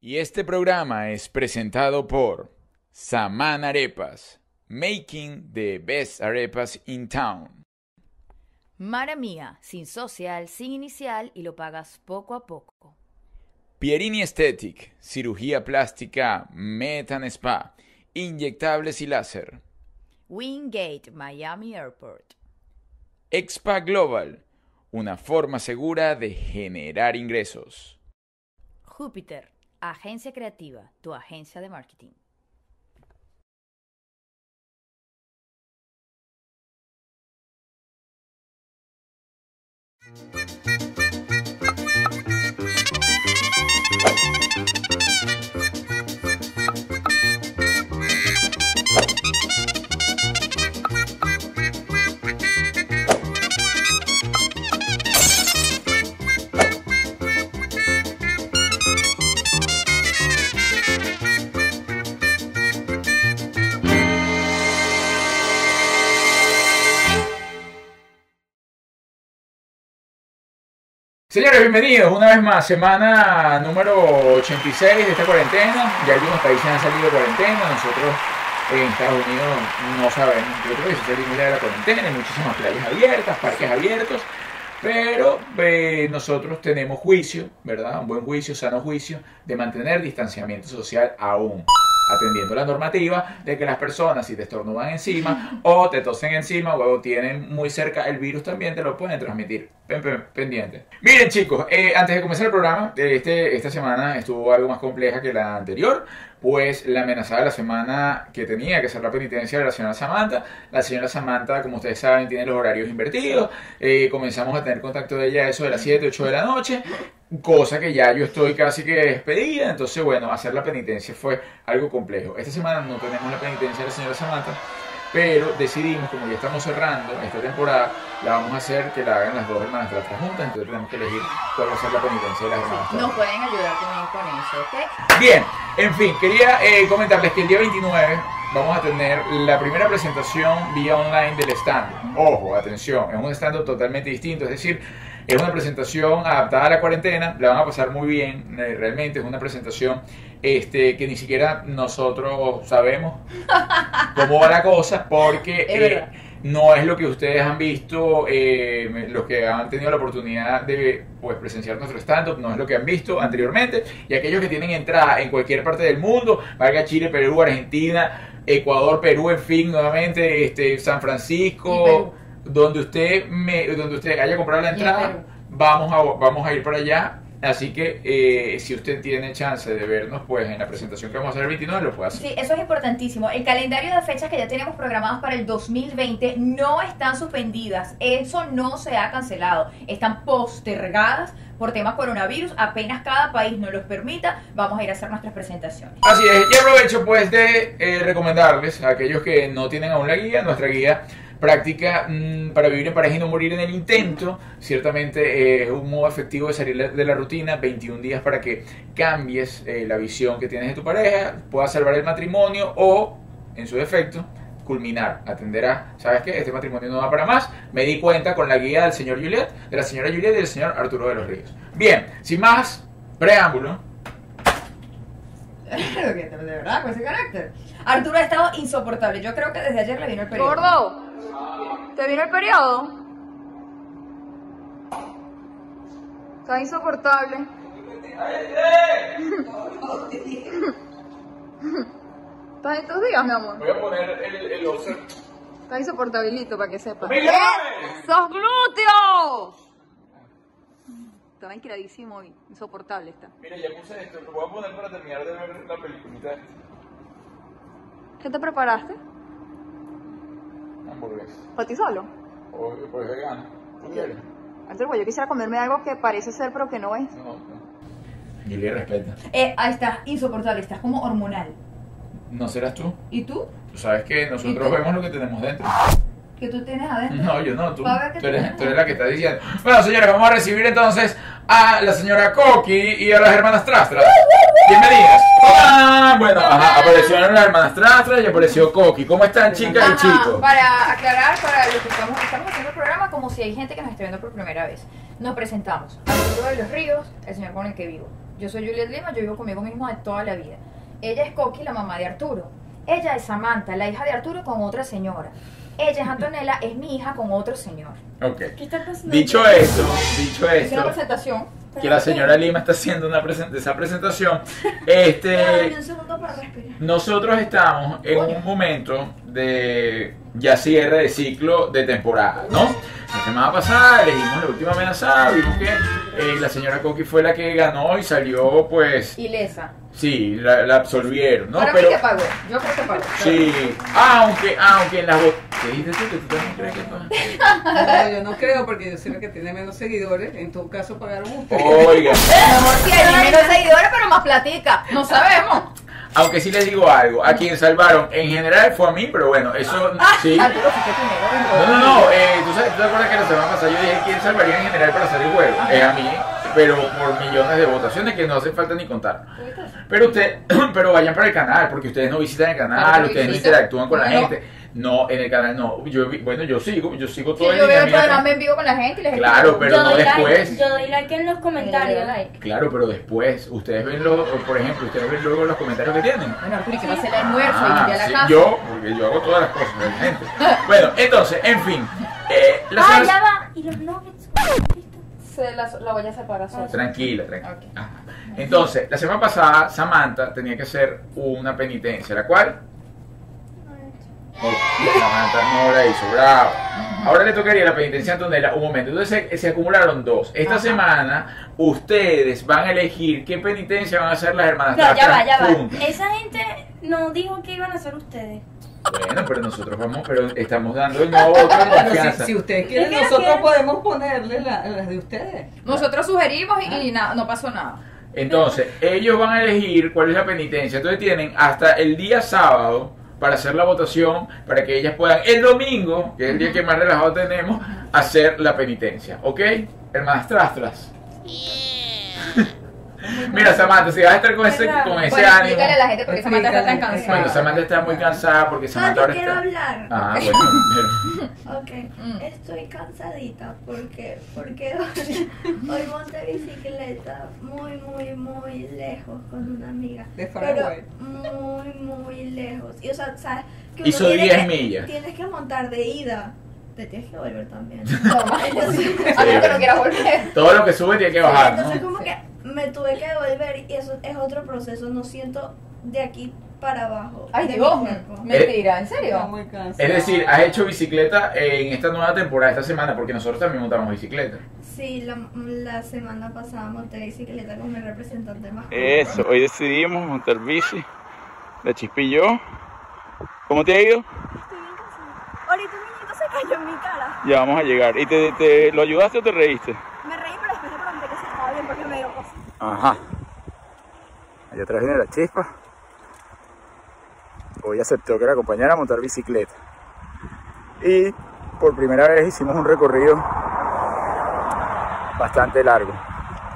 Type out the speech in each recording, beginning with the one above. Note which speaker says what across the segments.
Speaker 1: Y este programa es presentado por Saman Arepas, making the best arepas in town.
Speaker 2: Mara mía, sin social, sin inicial y lo pagas poco a poco.
Speaker 1: Pierini Aesthetic, cirugía plástica, Metan Spa, inyectables y láser.
Speaker 2: Wingate, Miami Airport.
Speaker 1: Expa Global, una forma segura de generar ingresos.
Speaker 2: Júpiter, agencia creativa, tu agencia de marketing.
Speaker 1: Señores, bienvenidos una vez más, semana número 86 de esta cuarentena. Ya algunos países han salido de cuarentena, nosotros en Estados Unidos no sabemos. Yo creo que sí salimos ya de la cuarentena, hay muchísimas playas abiertas, parques abiertos, pero eh, nosotros tenemos juicio, ¿verdad? Un buen juicio, sano juicio, de mantener distanciamiento social aún atendiendo la normativa de que las personas si te estornudan encima o te tosen encima o tienen muy cerca el virus también te lo pueden transmitir. Pen- pen- Pendiente. Miren chicos, eh, antes de comenzar el programa, eh, este, esta semana estuvo algo más compleja que la anterior, pues la amenazada de la semana que tenía que hacer la penitencia de la señora Samantha, la señora Samantha, como ustedes saben, tiene los horarios invertidos, eh, comenzamos a tener contacto de ella eso de las 7, 8 de la noche, cosa que ya yo estoy casi que despedida, entonces bueno, hacer la penitencia fue algo complejo. Esta semana no tenemos la penitencia de la señora Samantha, pero decidimos, como ya estamos cerrando esta temporada, la vamos a hacer que la hagan las dos hermanas de juntas, entonces tenemos que elegir cuál va a ser la penitencia de las hermanas.
Speaker 2: Nos pueden ayudar también con eso, ¿ok?
Speaker 1: Bien, en fin, quería eh, comentarles que el día 29 vamos a tener la primera presentación vía online del stand. Ojo, atención, es un stand totalmente distinto, es decir, es una presentación adaptada a la cuarentena, la van a pasar muy bien, eh, realmente es una presentación este, que ni siquiera nosotros sabemos cómo va la cosa, porque...
Speaker 2: Es
Speaker 1: eh,
Speaker 2: verdad.
Speaker 1: no es lo que ustedes han visto, eh, los que han tenido la oportunidad de pues, presenciar nuestro stand-up, no es lo que han visto anteriormente. Y aquellos que tienen entrada en cualquier parte del mundo, valga Chile, Perú, Argentina, Ecuador, Perú, en fin, nuevamente, este, San
Speaker 2: Y
Speaker 1: Francisco,
Speaker 2: Perú.
Speaker 1: donde usted, me, donde usted haya comprado la
Speaker 2: Y Perú.
Speaker 1: entrada, vamos a, vamos a ir para allá. Así que eh, si usted tiene chance de vernos pues en la presentación que vamos a hacer el 29, lo puede hacer.
Speaker 3: Sí, eso es importantísimo. El calendario de fechas que ya tenemos programadas para el 2020 no están suspendidas. Eso no se ha cancelado. Están postergadas por temas coronavirus. Apenas cada país nos los permita, vamos a ir a hacer nuestras presentaciones.
Speaker 1: Así es, y aprovecho pues de eh, recomendarles a aquellos que no tienen aún la guía, nuestra guía práctica mm, para vivir en pareja y no morir en el intento, ciertamente eh, es un modo efectivo de salir de la rutina, 21 días para que cambies eh, la visión que tienes de tu pareja, puedas salvar el matrimonio o, en su defecto, culminar, atender a, ¿sabes qué? Este matrimonio no va para más, me di cuenta con la guía del señor Juliet, de la señora Juliet y del señor Arturo de los Ríos. Bien, sin más preámbulo,
Speaker 3: de verdad, con ese carácter. Arturo ha estado insoportable. Yo creo que desde ayer le vino el periodo.
Speaker 4: Gordo, ¿te vino el periodo? Está insoportable. ¿Estás en tus días, mi amor?
Speaker 1: voy a poner el, el observ-
Speaker 4: Está insoportabilito para que sepas.
Speaker 3: ¿Eh?
Speaker 1: ¡Mira!
Speaker 4: ¡Sos glúteos! Está venquiladísimo hoy. Insoportable está.
Speaker 1: Mira, ya puse esto, lo voy a poner para terminar de ver la peliculita.
Speaker 4: ¿Qué te preparaste?
Speaker 1: Hamburguesa.
Speaker 4: ¿Para ti solo?
Speaker 1: O pues vegano. ¿Tú quieres?
Speaker 4: Arturo, pues yo quisiera comerme algo que parece ser pero que no es.
Speaker 1: No, no. Julia, respeta.
Speaker 3: Eh, ah, estás insoportable, estás como hormonal.
Speaker 1: ¿No serás tú?
Speaker 3: ¿Y tú?
Speaker 1: Tú sabes que nosotros
Speaker 3: ¿Y tú?
Speaker 1: vemos lo que tenemos dentro.
Speaker 3: ¿Qué tú tienes adentro?
Speaker 1: No, yo no, tú.
Speaker 3: A ver, ¿qué
Speaker 1: Tú eres,
Speaker 3: tenemos?
Speaker 1: tú eres la que está diciendo. Bueno, señores, vamos a recibir entonces a la señora Coqui y a las hermanas Trastras. Bienvenidas. ¡Hola! Bueno, ajá, aparecieron las hermanas Trastras y apareció Coqui. ¿Cómo están, chicas y
Speaker 3: Ajá,
Speaker 1: chicos?
Speaker 3: Para aclarar, para los que estamos, estamos haciendo el programa como si hay gente que nos esté viendo por primera vez. Nos presentamos. Arturo de los Ríos, el señor con el que vivo. Yo soy Juliet Lima, yo vivo conmigo mismo de toda la vida. Ella es Coqui, la mamá de Arturo. Ella es Samantha, la hija de Arturo con otra señora. Ella es Antonella, es mi hija con otro señor.
Speaker 1: Ok.
Speaker 5: ¿Qué está pasando?
Speaker 1: Dicho esto, dicho
Speaker 3: Es una
Speaker 1: esto,
Speaker 3: presentación.
Speaker 1: que la señora Lima está haciendo una presen- esa presentación, este,
Speaker 5: Dame un segundo para respirar.
Speaker 1: nosotros estamos en un momento de ya cierre de ciclo de temporada, ¿no? La semana pasada elegimos la última amenazada, vimos que eh, la señora Coqui fue la que ganó y salió, pues,
Speaker 3: Ilesa.
Speaker 1: sí, la, la absolvieron, ¿no?
Speaker 3: Para
Speaker 1: Pero,
Speaker 3: mí que pagó. Yo creo que pagó.
Speaker 1: sí, aunque, aunque en las votaciones... ¿Qué dices tú? Que tú también crees que esto es-
Speaker 6: No, yo no creo porque yo soy la que tiene menos seguidores. En todo caso, pagaron ustedes.
Speaker 1: Oiga.
Speaker 3: A lo mejor tiene menos seguidores, pero más platica. No sabemos.
Speaker 1: Aunque sí les digo algo, a quien salvaron en general fue a mí, pero bueno, eso
Speaker 5: Ah,
Speaker 1: sí.
Speaker 3: Ah, Arturo fue
Speaker 1: No,
Speaker 3: primero.
Speaker 1: no, no, eh, ¿tú, sabes, tú te acuerdas que la semana pasada yo dije quién salvaría en general para hacer el juego. Es a mí, pero por millones de votaciones que no hace falta ni contar. Pero usted, pero vayan para el canal, porque ustedes no visitan el canal,
Speaker 3: Claro,
Speaker 1: ustedes no
Speaker 3: visitan.
Speaker 1: interactúan con la
Speaker 3: No.
Speaker 1: gente. No, en el canal no. Yo, vi- bueno, yo sigo, yo sigo
Speaker 3: Sí,
Speaker 1: todo el
Speaker 3: yo veo el
Speaker 1: lineamiento.
Speaker 3: programa en vivo con la gente y les
Speaker 1: Claro,
Speaker 3: explico.
Speaker 1: pero
Speaker 5: yo
Speaker 1: no
Speaker 5: doy
Speaker 1: después.
Speaker 5: Like, yo doy like en los comentarios.
Speaker 1: Claro, pero después, ustedes ven los, por ejemplo, ustedes ven luego los comentarios que tienen.
Speaker 3: Bueno, Arturo, ¿y qué va a hacer el almuerzo?
Speaker 1: Ah,
Speaker 3: y ir a la
Speaker 1: sí,
Speaker 3: casa.
Speaker 1: Yo, porque yo hago todas las cosas, realmente. Bueno, entonces, en fin. eh, la
Speaker 5: Ah,
Speaker 1: señora-
Speaker 5: ya va. Y los nuggets.
Speaker 3: Se la, la voy a separar sola.
Speaker 1: Tranquila, tranquila. Ajá. Entonces, la semana pasada, Samantha tenía que hacer una penitencia, la cual. Oh, Samantha no la hizo, bravo. Ahora le tocaría la penitencia a Antonella un momento. Entonces se, se acumularon dos. Esta semana ustedes van a elegir qué penitencia van a hacer las hermanas.
Speaker 5: No, ya va,
Speaker 1: Tartas
Speaker 5: ya
Speaker 1: juntas.
Speaker 5: va. Esa gente no dijo que iban a hacer ustedes.
Speaker 1: Bueno, pero nosotros vamos, pero estamos dando el nuevo voto de
Speaker 6: Pero si,
Speaker 1: confianza.
Speaker 6: si ustedes quieren,
Speaker 5: Es que
Speaker 6: nosotros
Speaker 5: quieren-
Speaker 6: podemos ponerle la- las de ustedes.
Speaker 3: Nosotros sugerimos y, y na- no pasó nada.
Speaker 1: Entonces, ellos van a elegir cuál es la penitencia. Entonces tienen hasta el día sábado para hacer la votación, para que ellas puedan el domingo, que es el día que más relajado tenemos, hacer la penitencia. ¿Ok? Hermanas trastras. Mira, Samantha, si vas a estar con ese, con ese ánimo.
Speaker 3: Bueno, explícale a la
Speaker 6: Pues,
Speaker 3: gente porque Eh, Samantha está tan
Speaker 6: Explícale.
Speaker 3: cansada.
Speaker 1: Bueno, Samantha está
Speaker 6: Ah,
Speaker 1: muy cansada porque
Speaker 5: No,
Speaker 1: Samantha
Speaker 5: yo
Speaker 1: ahora
Speaker 5: quiero
Speaker 1: está.
Speaker 5: hablar.
Speaker 1: Ah, bueno, pero-
Speaker 5: Ok,
Speaker 3: Mm.
Speaker 5: estoy cansadita porque, porque hoy, hoy monté bicicleta muy, muy, muy lejos con una amiga.
Speaker 6: De
Speaker 5: Pero
Speaker 6: Paraguay.
Speaker 5: muy, muy lejos. Y o sea, sabes que uno
Speaker 1: Hizo
Speaker 5: tiene
Speaker 1: 10
Speaker 5: que-
Speaker 1: millas.
Speaker 5: Tienes que montar de ida. Te tienes que volver también.
Speaker 3: No, más
Speaker 4: Ah,
Speaker 3: A menos que no quiera volver.
Speaker 1: Todo lo que sube tiene que bajar,
Speaker 5: Entonces
Speaker 1: ¿no?
Speaker 5: como que me tuve que devolver y eso es otro proceso. No siento de aquí para abajo.
Speaker 3: Ay,
Speaker 5: de mi
Speaker 3: Dios.
Speaker 5: cuerpo.
Speaker 1: Eh.
Speaker 3: Mentira, ¿en
Speaker 6: Está
Speaker 3: serio?
Speaker 6: muy cansado.
Speaker 1: Es decir, has hecho bicicleta en esta nueva temporada, esta semana, porque nosotros también montamos bicicleta.
Speaker 5: Sí, la, la semana pasada monté bicicleta con mi representante más.
Speaker 1: Eh.
Speaker 7: Eso, hoy decidimos montar bici. La chispillo. ¿Cómo te ha ido?
Speaker 8: Ahorita un niñito se cayó en mi cara.
Speaker 7: Ya vamos a llegar. ¿Y te, te- lo ayudaste o te reíste?
Speaker 8: Me reí, pero después le pregunté que si estaba bien porque me dio cosa.
Speaker 7: Ajá. Allá atrás viene la chispa. Hoy aceptó que la acompañara a montar bicicleta. Y por primera vez hicimos un recorrido bastante largo,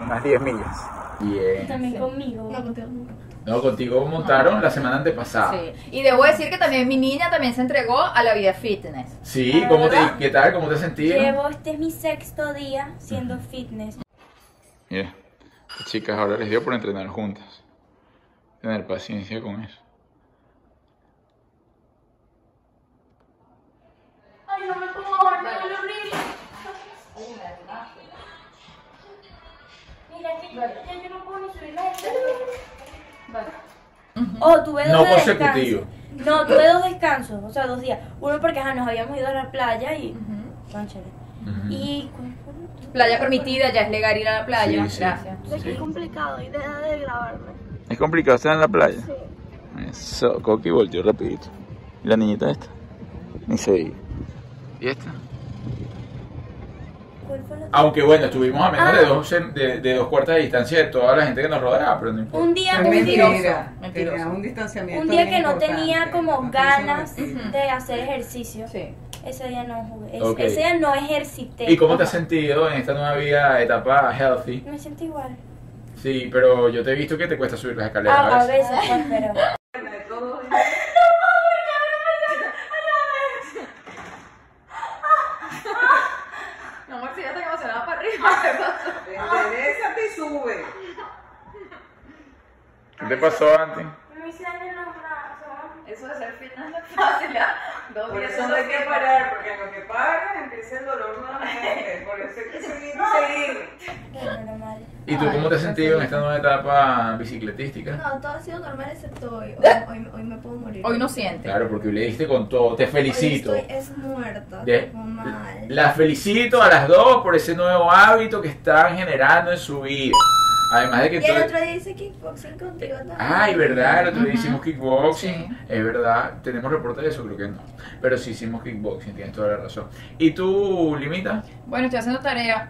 Speaker 7: unas 10 millas.
Speaker 1: Bien.
Speaker 5: También
Speaker 8: conmigo.
Speaker 5: No, contigo nunca.
Speaker 1: No, contigo montaron la semana antepasada.
Speaker 3: Sí. Y debo decir que también mi niña también se entregó a la vida fitness.
Speaker 1: Sí, ¿cómo te, ¿qué tal? ¿Cómo te sentías?
Speaker 8: Llevo, este es mi sexto día siendo fitness.
Speaker 7: Mira, las chicas ahora les dio por entrenar juntas. Tener paciencia con eso.
Speaker 8: Mira, que yo, ya yo no puedo ni subir las escaleras. Oh, tuve dos
Speaker 1: No
Speaker 8: de
Speaker 1: consecutivo.
Speaker 8: descanso. No, tuve dos descansos, o sea, dos días. Uno porque ajá, nos habíamos ido a la playa y. Cónchale. Y. ¿cuál fue el otro?
Speaker 3: Playa permitida, ya es legal ir a la playa.
Speaker 1: Sí, sí.
Speaker 3: Gracias.
Speaker 8: Es que es complicado y deja de grabarme.
Speaker 7: Es complicado estar en la playa.
Speaker 8: Sí.
Speaker 7: Eso, Coqui volteó rapidito. ¿Y la niñita esta? Ni se diga. ¿Y esta?
Speaker 8: ¿Cuál fue el otro?
Speaker 1: Aunque bueno, estuvimos a menos
Speaker 8: Ah.
Speaker 1: de dos, cen- de, de dos cuartas de distancia de toda la gente que nos rodeaba, pero no importa.
Speaker 8: Un día,
Speaker 6: Es
Speaker 8: un día.
Speaker 6: mentira.
Speaker 3: mentiroso.
Speaker 6: Tenía un distanciamiento.
Speaker 8: Un día
Speaker 6: bien
Speaker 8: que no
Speaker 6: importante.
Speaker 8: tenía como
Speaker 6: No
Speaker 8: ganas
Speaker 6: tenía-
Speaker 8: de hacer ejercicio.
Speaker 3: Sí.
Speaker 8: Ese día no jugué. Ese,
Speaker 1: Ok.
Speaker 8: ese día no ejercité.
Speaker 1: ¿Y cómo te has sentido en esta nueva vida, etapa healthy?
Speaker 8: Me siento igual.
Speaker 1: Sí, pero yo te he visto que te cuesta subir las escaleras.
Speaker 5: Ah,
Speaker 8: A, a
Speaker 1: a veces.
Speaker 8: veces, pues, pero.
Speaker 3: Mi amor, si ya está emocionada para arriba.
Speaker 6: Ah. Enderezate y sube.
Speaker 7: ¿Qué te pasó antes?
Speaker 8: Me hice daño en los brazos.
Speaker 3: Eso de ser fitness no es fácil, ¿ah? Dos
Speaker 6: Por
Speaker 3: días
Speaker 6: eso no hay que parar, porque en lo que paras empieza el dolor nuevamente. Por eso hay que seguir y seguir.
Speaker 5: Bueno, normal.
Speaker 1: ¿Y tú cómo te has sentido en esta nueva etapa bicicletística?
Speaker 5: No, todo ha sido normal excepto hoy. Hoy, hoy- hoy me puedo morir.
Speaker 3: Hoy no siente.
Speaker 1: Claro, porque le diste con todo. Te
Speaker 5: Hoy
Speaker 1: felicito.
Speaker 5: estoy es muerta.
Speaker 1: De-
Speaker 5: tipo, mal.
Speaker 1: Las felicito a las dos por ese nuevo hábito que están generando en su vida. Además de que
Speaker 5: Y el
Speaker 1: tú-
Speaker 5: otro día hice kickboxing contigo también.
Speaker 1: Ay, ¿verdad? El otro día
Speaker 3: Ujú.
Speaker 1: hicimos kickboxing.
Speaker 3: Sí.
Speaker 1: Es verdad. ¿Tenemos reporte de eso? Creo que no. Pero sí hicimos kickboxing, tienes toda la razón. ¿Y tú, Limita?
Speaker 3: Bueno, estoy haciendo tarea.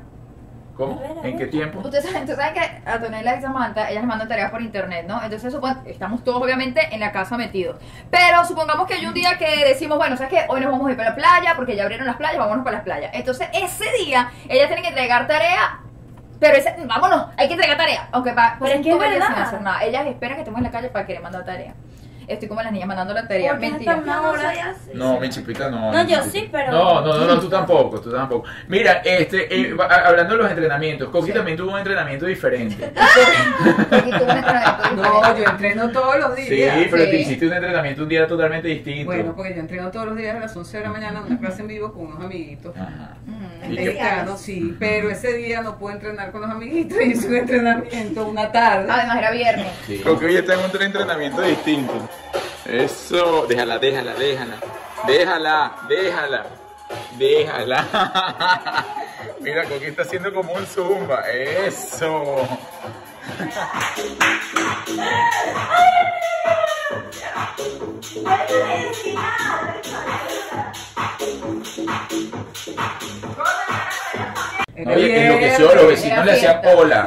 Speaker 1: ¿Cómo?
Speaker 8: A ver, a
Speaker 1: ¿En
Speaker 8: ver.
Speaker 1: qué tiempo?
Speaker 3: Ustedes saben, ustedes saben que Antonella y Samantha, ellas les mandan tareas por internet, ¿no? Entonces, supon- estamos todos obviamente en la casa metidos. Pero supongamos que hay un día que decimos, bueno, ¿sabes qué? Hoy nos vamos a ir para la playa porque ya abrieron las playas, vámonos para las playas. Entonces, ese día, ellas tienen que entregar tarea. Pero ese, vámonos, hay que entregar tarea. Aunque va,
Speaker 8: Pero es que es
Speaker 3: todo el día
Speaker 8: verdad.
Speaker 3: sin hacer nada. Ellas esperan que estemos en la calle para que le manden tarea. Estoy como las niñas mandando la tarea.
Speaker 8: ¿Por qué
Speaker 3: Mentira.
Speaker 8: están
Speaker 5: Yo no
Speaker 8: ahora?
Speaker 5: soy así.
Speaker 1: No, mi chipita no.
Speaker 8: No,
Speaker 1: mi
Speaker 8: yo
Speaker 1: chipita.
Speaker 8: sí, pero-
Speaker 1: No, no, no, no, tú tampoco, tú tampoco. Mira, este, eh, va- a- hablando de los entrenamientos, Coqui también tuvo un entrenamiento diferente.
Speaker 3: Porque tú me traes-
Speaker 6: No, yo entreno todos los
Speaker 1: Sí,
Speaker 6: días.
Speaker 1: pero
Speaker 3: sí.
Speaker 1: te hiciste un entrenamiento un día totalmente distinto.
Speaker 6: Bueno, porque yo entreno todos los días a las 11 de la mañana una clase en vivo con unos amiguitos.
Speaker 1: Ajá.
Speaker 3: Mm.
Speaker 1: ¿Y qué-
Speaker 6: Mexicanos, sí, pero ese día no puedo entrenar con los amiguitos y hice un entrenamiento una tarde.
Speaker 5: Ah,
Speaker 3: Además, era viernes.
Speaker 1: Sí.
Speaker 7: Coqui hoy está en un entrenamiento distinto. Eso. Déjala, déjala, déjala. Déjala, déjala. Déjala. Mira, Coqui está haciendo como un zumba. Eso.
Speaker 6: Era
Speaker 1: Oye, enloqueció,
Speaker 6: viernes.
Speaker 1: los vecinos
Speaker 3: era
Speaker 1: le hacían
Speaker 3: fiesta.
Speaker 1: cola.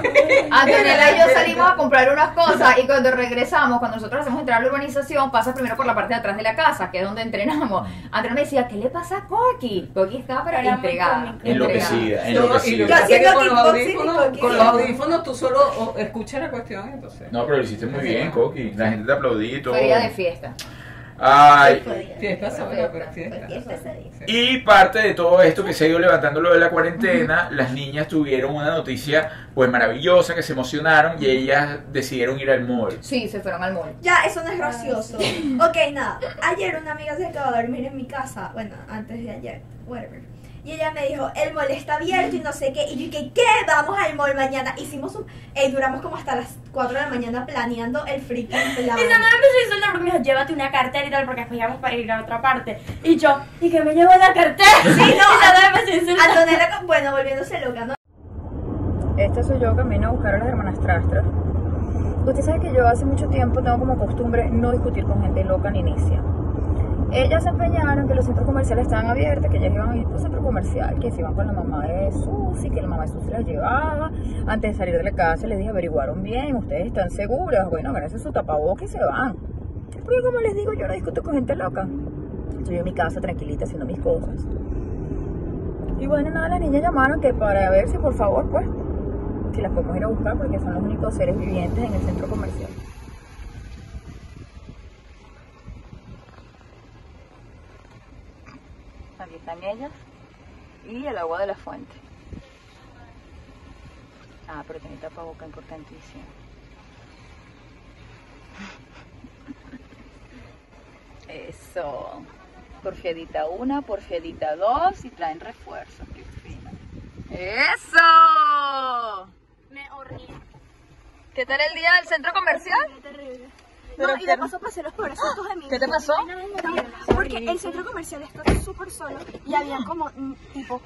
Speaker 3: Antonella Ah, y yo salimos a comprar unas cosas y cuando regresamos, cuando nosotros hacemos entrar a la urbanización, pasa primero por la parte de atrás de la casa, que es donde entrenamos. Andrea me decía, ¿qué le pasa a Corky? Corky estaba pero
Speaker 8: Era muy
Speaker 3: entregada.
Speaker 8: cómico.
Speaker 3: entregada.
Speaker 1: Enloquecida,
Speaker 6: No, y lo que
Speaker 1: enloquecida.
Speaker 6: pasa es que
Speaker 5: Yo haciendo
Speaker 6: con los
Speaker 5: kickboxing y
Speaker 6: audífonos,
Speaker 5: con
Speaker 6: con los
Speaker 5: kickboxing.
Speaker 6: audífonos tú solo o- escuchas la cuestión, entonces.
Speaker 1: No, pero lo hiciste muy bien, Coqui. La gente te aplaudí y todo.
Speaker 3: Fue día de fiesta.
Speaker 1: Ay,
Speaker 5: pues,
Speaker 6: Fiesta sola, pero fiesta.
Speaker 5: Fiesta sola.
Speaker 6: Sí.
Speaker 1: y parte de todo esto que se ha ido levantando lo de la cuarentena, las niñas tuvieron una noticia pues maravillosa, que se emocionaron y ellas decidieron ir al mall.
Speaker 3: Sí, se fueron al mall.
Speaker 5: Ya, eso no es gracioso. Ok, nada. Ayer una amiga se acaba de dormir en mi casa. Bueno, antes de ayer, whatever. Y ella me dijo, el mall está abierto y no sé qué. Y yo dije, ¿qué? Vamos al mall mañana. Hicimos un... eh, duramos como hasta las 4 de la mañana planeando el freaking plan.
Speaker 8: Y Samara empezó a insultar porque me dijo, llévate una cartera y tal, porque después íbamos para ir a otra parte. Y yo, ¿y que me llevo la cartera? Sí, no, y Samara empezó a insultar.
Speaker 5: Antonella, con- bueno, volviéndose loca, ¿no?
Speaker 3: Este soy yo camino a buscar a las hermanas Trastras. Usted sabe que yo hace mucho tiempo tengo como costumbre no discutir con gente loca ni necia. Ellas se empeñaron que los centros comerciales estaban abiertos, que ellas iban a ir por centro comercial, que se iban con la mamá de Susi, que la mamá de Susi las llevaba. Antes de salir de la casa les dije, averiguaron bien, ustedes están seguras. Bueno, gracias a su tapabocas y se van. Porque como les digo, yo no discuto con gente loca. Estoy en mi casa tranquilita haciendo mis cosas. Y bueno, nada, las niñas llamaron que para ver si por favor, pues, si las podemos ir a buscar porque son los únicos seres vivientes en el centro comercial.
Speaker 4: Aquí están ellas y el agua de la fuente. Ah, pero tiene tapaboca importantísimo. Eso. Porfiadita una, porfiadita dos y traen refuerzos. Qué fino. ¡Eso!
Speaker 8: Me horrí.
Speaker 4: ¿Qué tal el día del centro comercial?
Speaker 5: No, y de paso pasé los pobrecitos de mi
Speaker 4: ¿Qué te pasó?
Speaker 5: Porque el centro comercial estaba súper solo y había como, mm, tipo,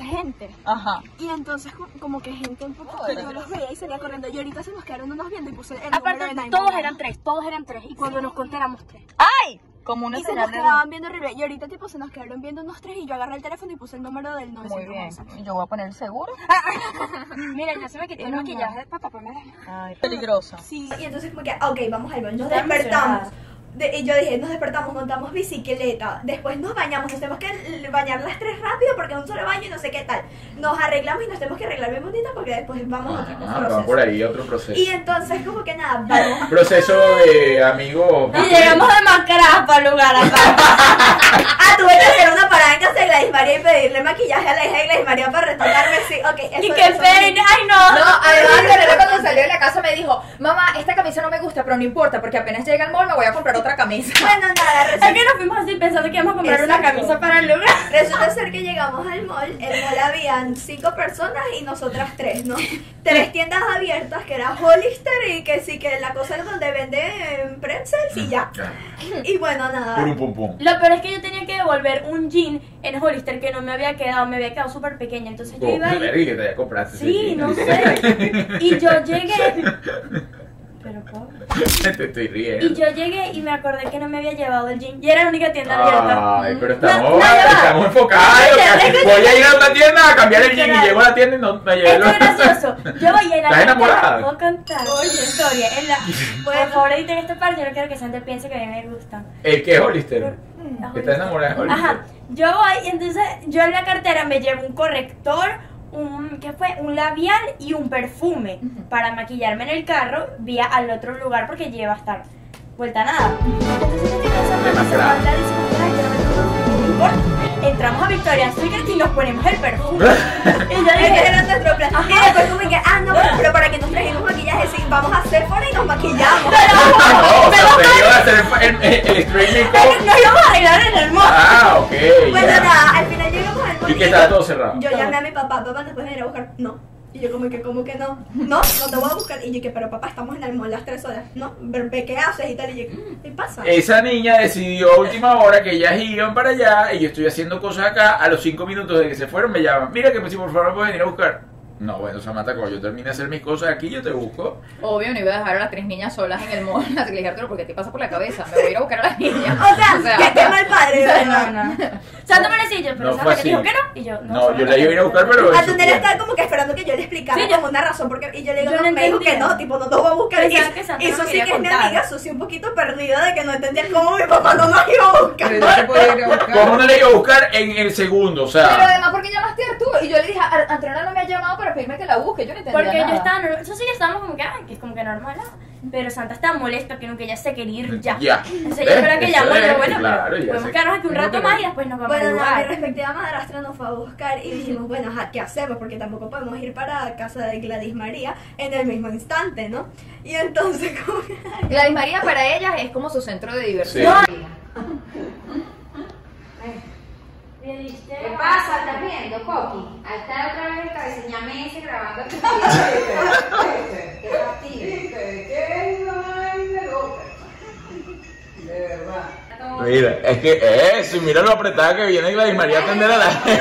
Speaker 5: gente.
Speaker 4: Ajá.
Speaker 5: Y entonces co- como que gente un poco, yo los veía y salía corriendo. Y ahorita se nos quedaron unos viendo y puse el número de
Speaker 8: Aparte,
Speaker 5: 911.
Speaker 8: todos eran tres, todos eran tres. Y cuando nos conté éramos tres.
Speaker 4: ¡Ay! Como un
Speaker 5: Y se nos
Speaker 4: escenario.
Speaker 5: quedaban viendo horrible. Y ahorita tipo se nos quedaron viendo unos tres y yo agarré el teléfono y puse el número del
Speaker 4: Muy bien.
Speaker 5: 911.
Speaker 4: Y Yo voy a poner el seguro.
Speaker 8: Ah, Mira, ya se me quitó el maquillaje de papá, pero me
Speaker 4: Ay, peligroso.
Speaker 5: Sí, y entonces como que, ah, ok, vamos al baño. Nos
Speaker 8: Estaba
Speaker 5: despertamos. de- y yo dije, nos despertamos, montamos bicicleta, después nos bañamos, nos tenemos que l- bañar las tres rápido porque es un solo baño y no sé qué tal. Nos arreglamos y nos tenemos que arreglar bien bonita porque después vamos a otro
Speaker 1: Ah, va
Speaker 5: proceso.
Speaker 1: por ahí otro proceso.
Speaker 5: Y entonces como que nada, vamos.
Speaker 1: Proceso de amigo.
Speaker 8: Y llegamos de mascaradas para el lugar aparte.
Speaker 5: Ah, tuve que hacer una parada en casa de Gladys María y pedirle maquillaje a la hija de Gladys María para retocarme, sí, ok.
Speaker 8: Y
Speaker 5: eso-
Speaker 8: que
Speaker 5: eso-
Speaker 8: esperen, ay
Speaker 3: No,
Speaker 8: no.
Speaker 3: además Lorena cuando salió de la casa me dijo, mamá, esta camisa no me gusta, pero no importa, porque apenas llega al mall me voy a comprar otra camisa.
Speaker 5: Bueno, nada, resulta
Speaker 8: Es que nos fuimos así pensando que íbamos a comprar una
Speaker 5: Exacto.
Speaker 8: camisa para el lugar.
Speaker 5: Resulta ser que llegamos al mall, el mall habían cinco personas y nosotras tres, ¿no? Tres tiendas abiertas, que era Hollister y que sí, que la cosa es donde venden pretzels y ya. Y bueno, nada.
Speaker 1: Purum pum pum.
Speaker 8: Lo peor es que yo tenía que devolver un jean en Hollister que no me había quedado, me había quedado súper pequeña. Entonces yo
Speaker 1: Oh,
Speaker 8: iba
Speaker 1: verga,
Speaker 8: ahí.
Speaker 1: que te haya comprado ese
Speaker 8: Sí,
Speaker 1: jean.
Speaker 8: no sé. Y yo llegué. Pero pobre.
Speaker 1: Te estoy riendo.
Speaker 8: Y yo llegué y me acordé que no me había llevado el jean. Y era la única tienda
Speaker 1: Ah,
Speaker 8: abierta.
Speaker 1: Ay, pero estamos,
Speaker 8: No, no, ya va.
Speaker 1: estamos enfocados.
Speaker 8: Ya, ya, ya, ya.
Speaker 1: Voy a ir a una tienda a cambiar el jean
Speaker 8: Literal.
Speaker 1: y llego a la tienda y no me llevé
Speaker 8: Esto
Speaker 1: los-
Speaker 8: es gracioso. Yo voy en la
Speaker 1: ¿Estás enamorada?
Speaker 8: te puedo contar mi historia. En la, por favor, editen esta parte. Yo este no quiero que Sandra piense que a mí me gustan.
Speaker 1: ¿El qué es Hollister?
Speaker 8: Las
Speaker 1: ¿Estás
Speaker 8: Hollister.
Speaker 1: enamorada de Hollister?
Speaker 8: Ajá, yo voy, entonces yo en la cartera me llevo un corrector, un, ¿qué fue? Un labial y un perfume para maquillarme en el carro, vía al otro lugar porque ya iba a estar vuelta a nada. Entonces yo estoy pensando en esa
Speaker 1: Demasiado.
Speaker 8: falda, dice, "Ay, yo no me tomo". No importa. Entramos a Victoria's Secret y nos ponemos el perfume. y yo
Speaker 5: Ese
Speaker 8: dije, "Ah,
Speaker 5: era nuestro plan. Y después como que, ah, no, pero para que nos trajimos maquillaje, sí, vamos a Sephora y nos maquillamos.
Speaker 1: No, o sea, te iba a hacer el, el, el streaming con-
Speaker 8: nos íbamos a arreglar en el mall.
Speaker 1: Ah, ok.
Speaker 5: Bueno,
Speaker 1: ya.
Speaker 5: nada, al final llegamos al mall.
Speaker 1: Y que estaba todo cerrado.
Speaker 5: Yo llamé a mi papá, papá, después me iré a buscar. No. Y yo como que, ¿cómo que no? No, no te voy a buscar. Y yo que, pero papá, estamos en el mall las tres horas. No, pero ¿qué haces? Y tal, y yo, ¿qué pasa?
Speaker 1: Esa niña decidió a última hora que ellas iban para allá y yo estoy haciendo cosas acá. A los cinco minutos de que se fueron me llaman. Mira que si por favor puedes venir a buscar. No, bueno, Samantha, cuando yo termine de hacer mis cosas aquí, yo te busco.
Speaker 3: Obvio, no iba a dejar a las tres niñas solas en el mall, así que le dije, "Arturo, porque te pasa por la cabeza, me voy a ir a buscar a las niñas.
Speaker 5: O sea, que qué mal padre, de
Speaker 8: No,
Speaker 5: ¿verdad?
Speaker 8: no, no. Sandra me decía, yo, pero
Speaker 1: No fue
Speaker 8: Sandra que dijo
Speaker 1: así.
Speaker 8: que no. Y yo,
Speaker 1: No,
Speaker 8: Sandra,
Speaker 1: yo la iba a ir a buscar, pero.
Speaker 5: A tu nena estaba como que esperando que yo le explicara
Speaker 8: Sí, yo-
Speaker 5: como una razón. porque Y yo le digo,
Speaker 8: yo
Speaker 5: no,
Speaker 8: no
Speaker 5: me dijo que
Speaker 8: entendía.
Speaker 5: no, tipo, no te voy a buscar. Y
Speaker 8: Pensaba que Sandra
Speaker 5: eso
Speaker 8: nos
Speaker 5: sí
Speaker 8: quería
Speaker 5: que es mi
Speaker 8: contar.
Speaker 5: amiga, Susi, un poquito perdida de que no entendía cómo mi papá no nos iba a buscar.
Speaker 1: Pero yo te puedo ir a buscar. ¿Cómo no la iba a buscar en el segundo? O
Speaker 3: Pero
Speaker 1: sea.
Speaker 3: además, ¿por qué llamaste a Arturo? Y yo le dije, "Ar- Antonella no me ha llamado para pedirme que la busque, yo no entendía
Speaker 8: Porque
Speaker 3: nada.
Speaker 8: yo estaba normal. Yo sí estábamos como que, ah, que es como que normal. ah. Pero Santa estaba molesta que nunca ya se quería ir ya.
Speaker 1: Ya.
Speaker 8: Entonces yo
Speaker 1: ¿Ves?
Speaker 8: creo que
Speaker 1: Eso
Speaker 8: llamó y yo,
Speaker 1: es,
Speaker 8: bueno,
Speaker 1: claro,
Speaker 8: pero
Speaker 1: ya
Speaker 8: podemos
Speaker 1: sé.
Speaker 8: quedarnos aquí un
Speaker 1: No,
Speaker 8: rato
Speaker 1: pero-
Speaker 8: más y después nos vamos
Speaker 5: Bueno,
Speaker 8: al
Speaker 5: nada, mi
Speaker 8: lugar.
Speaker 5: respectiva madrastra nos fue a buscar y dijimos, bueno, ajá, ¿qué hacemos? Porque tampoco podemos ir para casa de Gladys María en el mismo instante, ¿no? Y entonces, como que-
Speaker 3: Gladys María para ellas es como su centro de diversión.
Speaker 1: Sí.
Speaker 4: ¿Qué pasa? ¿Estás viendo, Coqui? Ahí está otra vez el cabeceñame ese grabando aquí. este, Qué fastidio.
Speaker 6: ¿Qué es una vaina loca? De verdad.
Speaker 9: Mira, es que eso, y mira lo apretada que viene Gladys María a atender a la gente.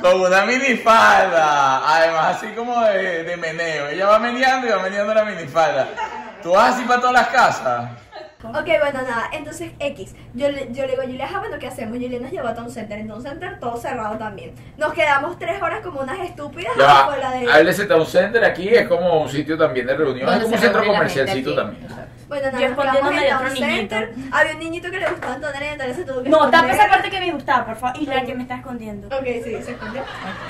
Speaker 9: Con una minifalda, además así como de, de meneo. Ella va meneando y va meneando la minifalda. ¿Tú vas así para todas las casas?
Speaker 5: Ok, bueno, nada, entonces X. Yo le, yo le digo a Julia, ah, bueno, ¿qué hacemos? Julia nos llevó a Town Center, en Town Center todo cerrado también. Nos quedamos tres horas como unas estúpidas
Speaker 1: Ya va.
Speaker 5: afuera de...
Speaker 1: Háblese Town Center aquí, es como un sitio también de reunión, es
Speaker 3: Donde
Speaker 1: como un
Speaker 3: se
Speaker 1: centro
Speaker 3: reúne la gente
Speaker 1: comercialcito
Speaker 3: aquí.
Speaker 1: también.
Speaker 5: Bueno, nada,
Speaker 8: Yo
Speaker 5: nos quedamos
Speaker 8: escondiéndome
Speaker 5: en
Speaker 8: de
Speaker 5: Town
Speaker 8: otro niñito.
Speaker 5: Center. Había un niñito que le gustaba Antonella y Antonella se tuvo que
Speaker 8: No, tapa
Speaker 5: esconder.
Speaker 8: esa parte que me gustaba, por favor. Y la que me está escondiendo.
Speaker 5: Ok, sí, se escondió.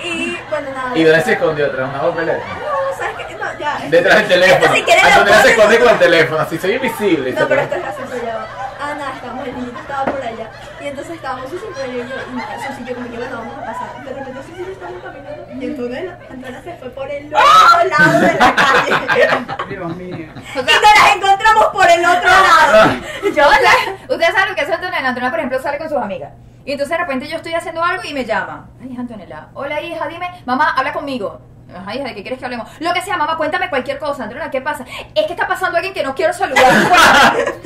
Speaker 5: Y, bueno, nada.
Speaker 1: ¿Y dónde se escondió? ¿Tras una papelera?
Speaker 5: No, ¿sabes qué? No, ya.
Speaker 1: Detrás del
Speaker 5: Esto
Speaker 1: teléfono.
Speaker 5: si quieres lo
Speaker 1: Antonella se
Speaker 5: pones,
Speaker 1: esconde con el teléfono, así soy invisible.
Speaker 5: No, pero esto es gracioso, ya va. Ah, nada, estábamos, el niñito estaba por allá. Y entonces estábamos Susi, pero yo, yo, y Susi, yo como que, bueno, vamos a pasar. De repente Susi y yo estábamos caminando. Y entonces Antonella se fue por el otro lado de la calle.
Speaker 6: Dios mío.
Speaker 3: O sea,
Speaker 5: Y nos las encontramos por el otro lado.
Speaker 3: yo, o sea, ustedes saben lo que hace Antonella. Antonella, por ejemplo, sale con sus amigas. Y entonces de repente yo estoy haciendo algo y me llama. Ay, hija Antonella. Hola, hija, dime. Mamá, habla conmigo. Ajá, hija, ¿de qué quieres que hablemos? Lo que sea, mamá, cuéntame cualquier cosa. Antonella, ¿qué pasa? Es que está pasando alguien que no quiero saludar.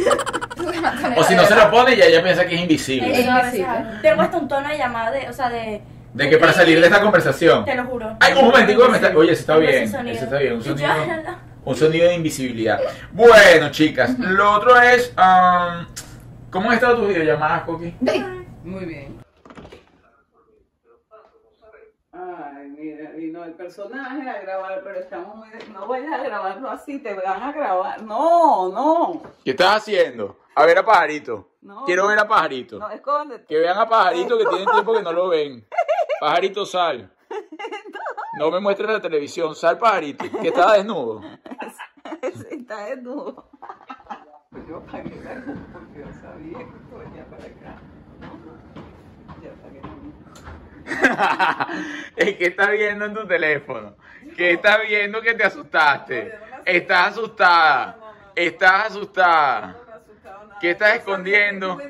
Speaker 1: O si no se lo pone, ya ella piensa que es invisible.
Speaker 8: Eso a veces
Speaker 3: invisible.
Speaker 8: hago. Tengo hasta un tono de llamada, de, o sea, de.
Speaker 1: De que para salir de esta conversación.
Speaker 8: Te lo juro.
Speaker 1: Ay, un momentico, me está... oye, eso está
Speaker 8: Tengo ese
Speaker 1: bien.
Speaker 8: sonido.
Speaker 1: Eso está bien, un
Speaker 8: Y yo,
Speaker 1: sonido.
Speaker 8: "Ah, no".
Speaker 1: Un sonido de invisibilidad. Bueno, chicas, lo otro es. am, ¿Cómo han estado tus videollamadas, Coqui?
Speaker 6: Muy bien. Ay, mira, y no sino el personaje a grabar, pero estamos muy... de- No vayas a grabarlo así, te van a grabar. No, no.
Speaker 1: ¿Qué estás haciendo? A ver a Pajarito.
Speaker 6: No.
Speaker 1: Quiero ver a Pajarito.
Speaker 6: No, escóndete.
Speaker 1: Que vean a Pajarito que tienen tiempo que no lo ven. Pajarito, sal. No me muestres la televisión. Sal, Pajarito, que estaba desnudo.
Speaker 6: Está desnudo. Yo pagué la luz porque yo sabía que tú venías para acá. ¿no? Ya pagué la luz.
Speaker 1: Es que estás viendo en tu teléfono. Que estás viendo que te asustaste. Estás asustada. Estás asustada. ¿Qué estás escondiendo?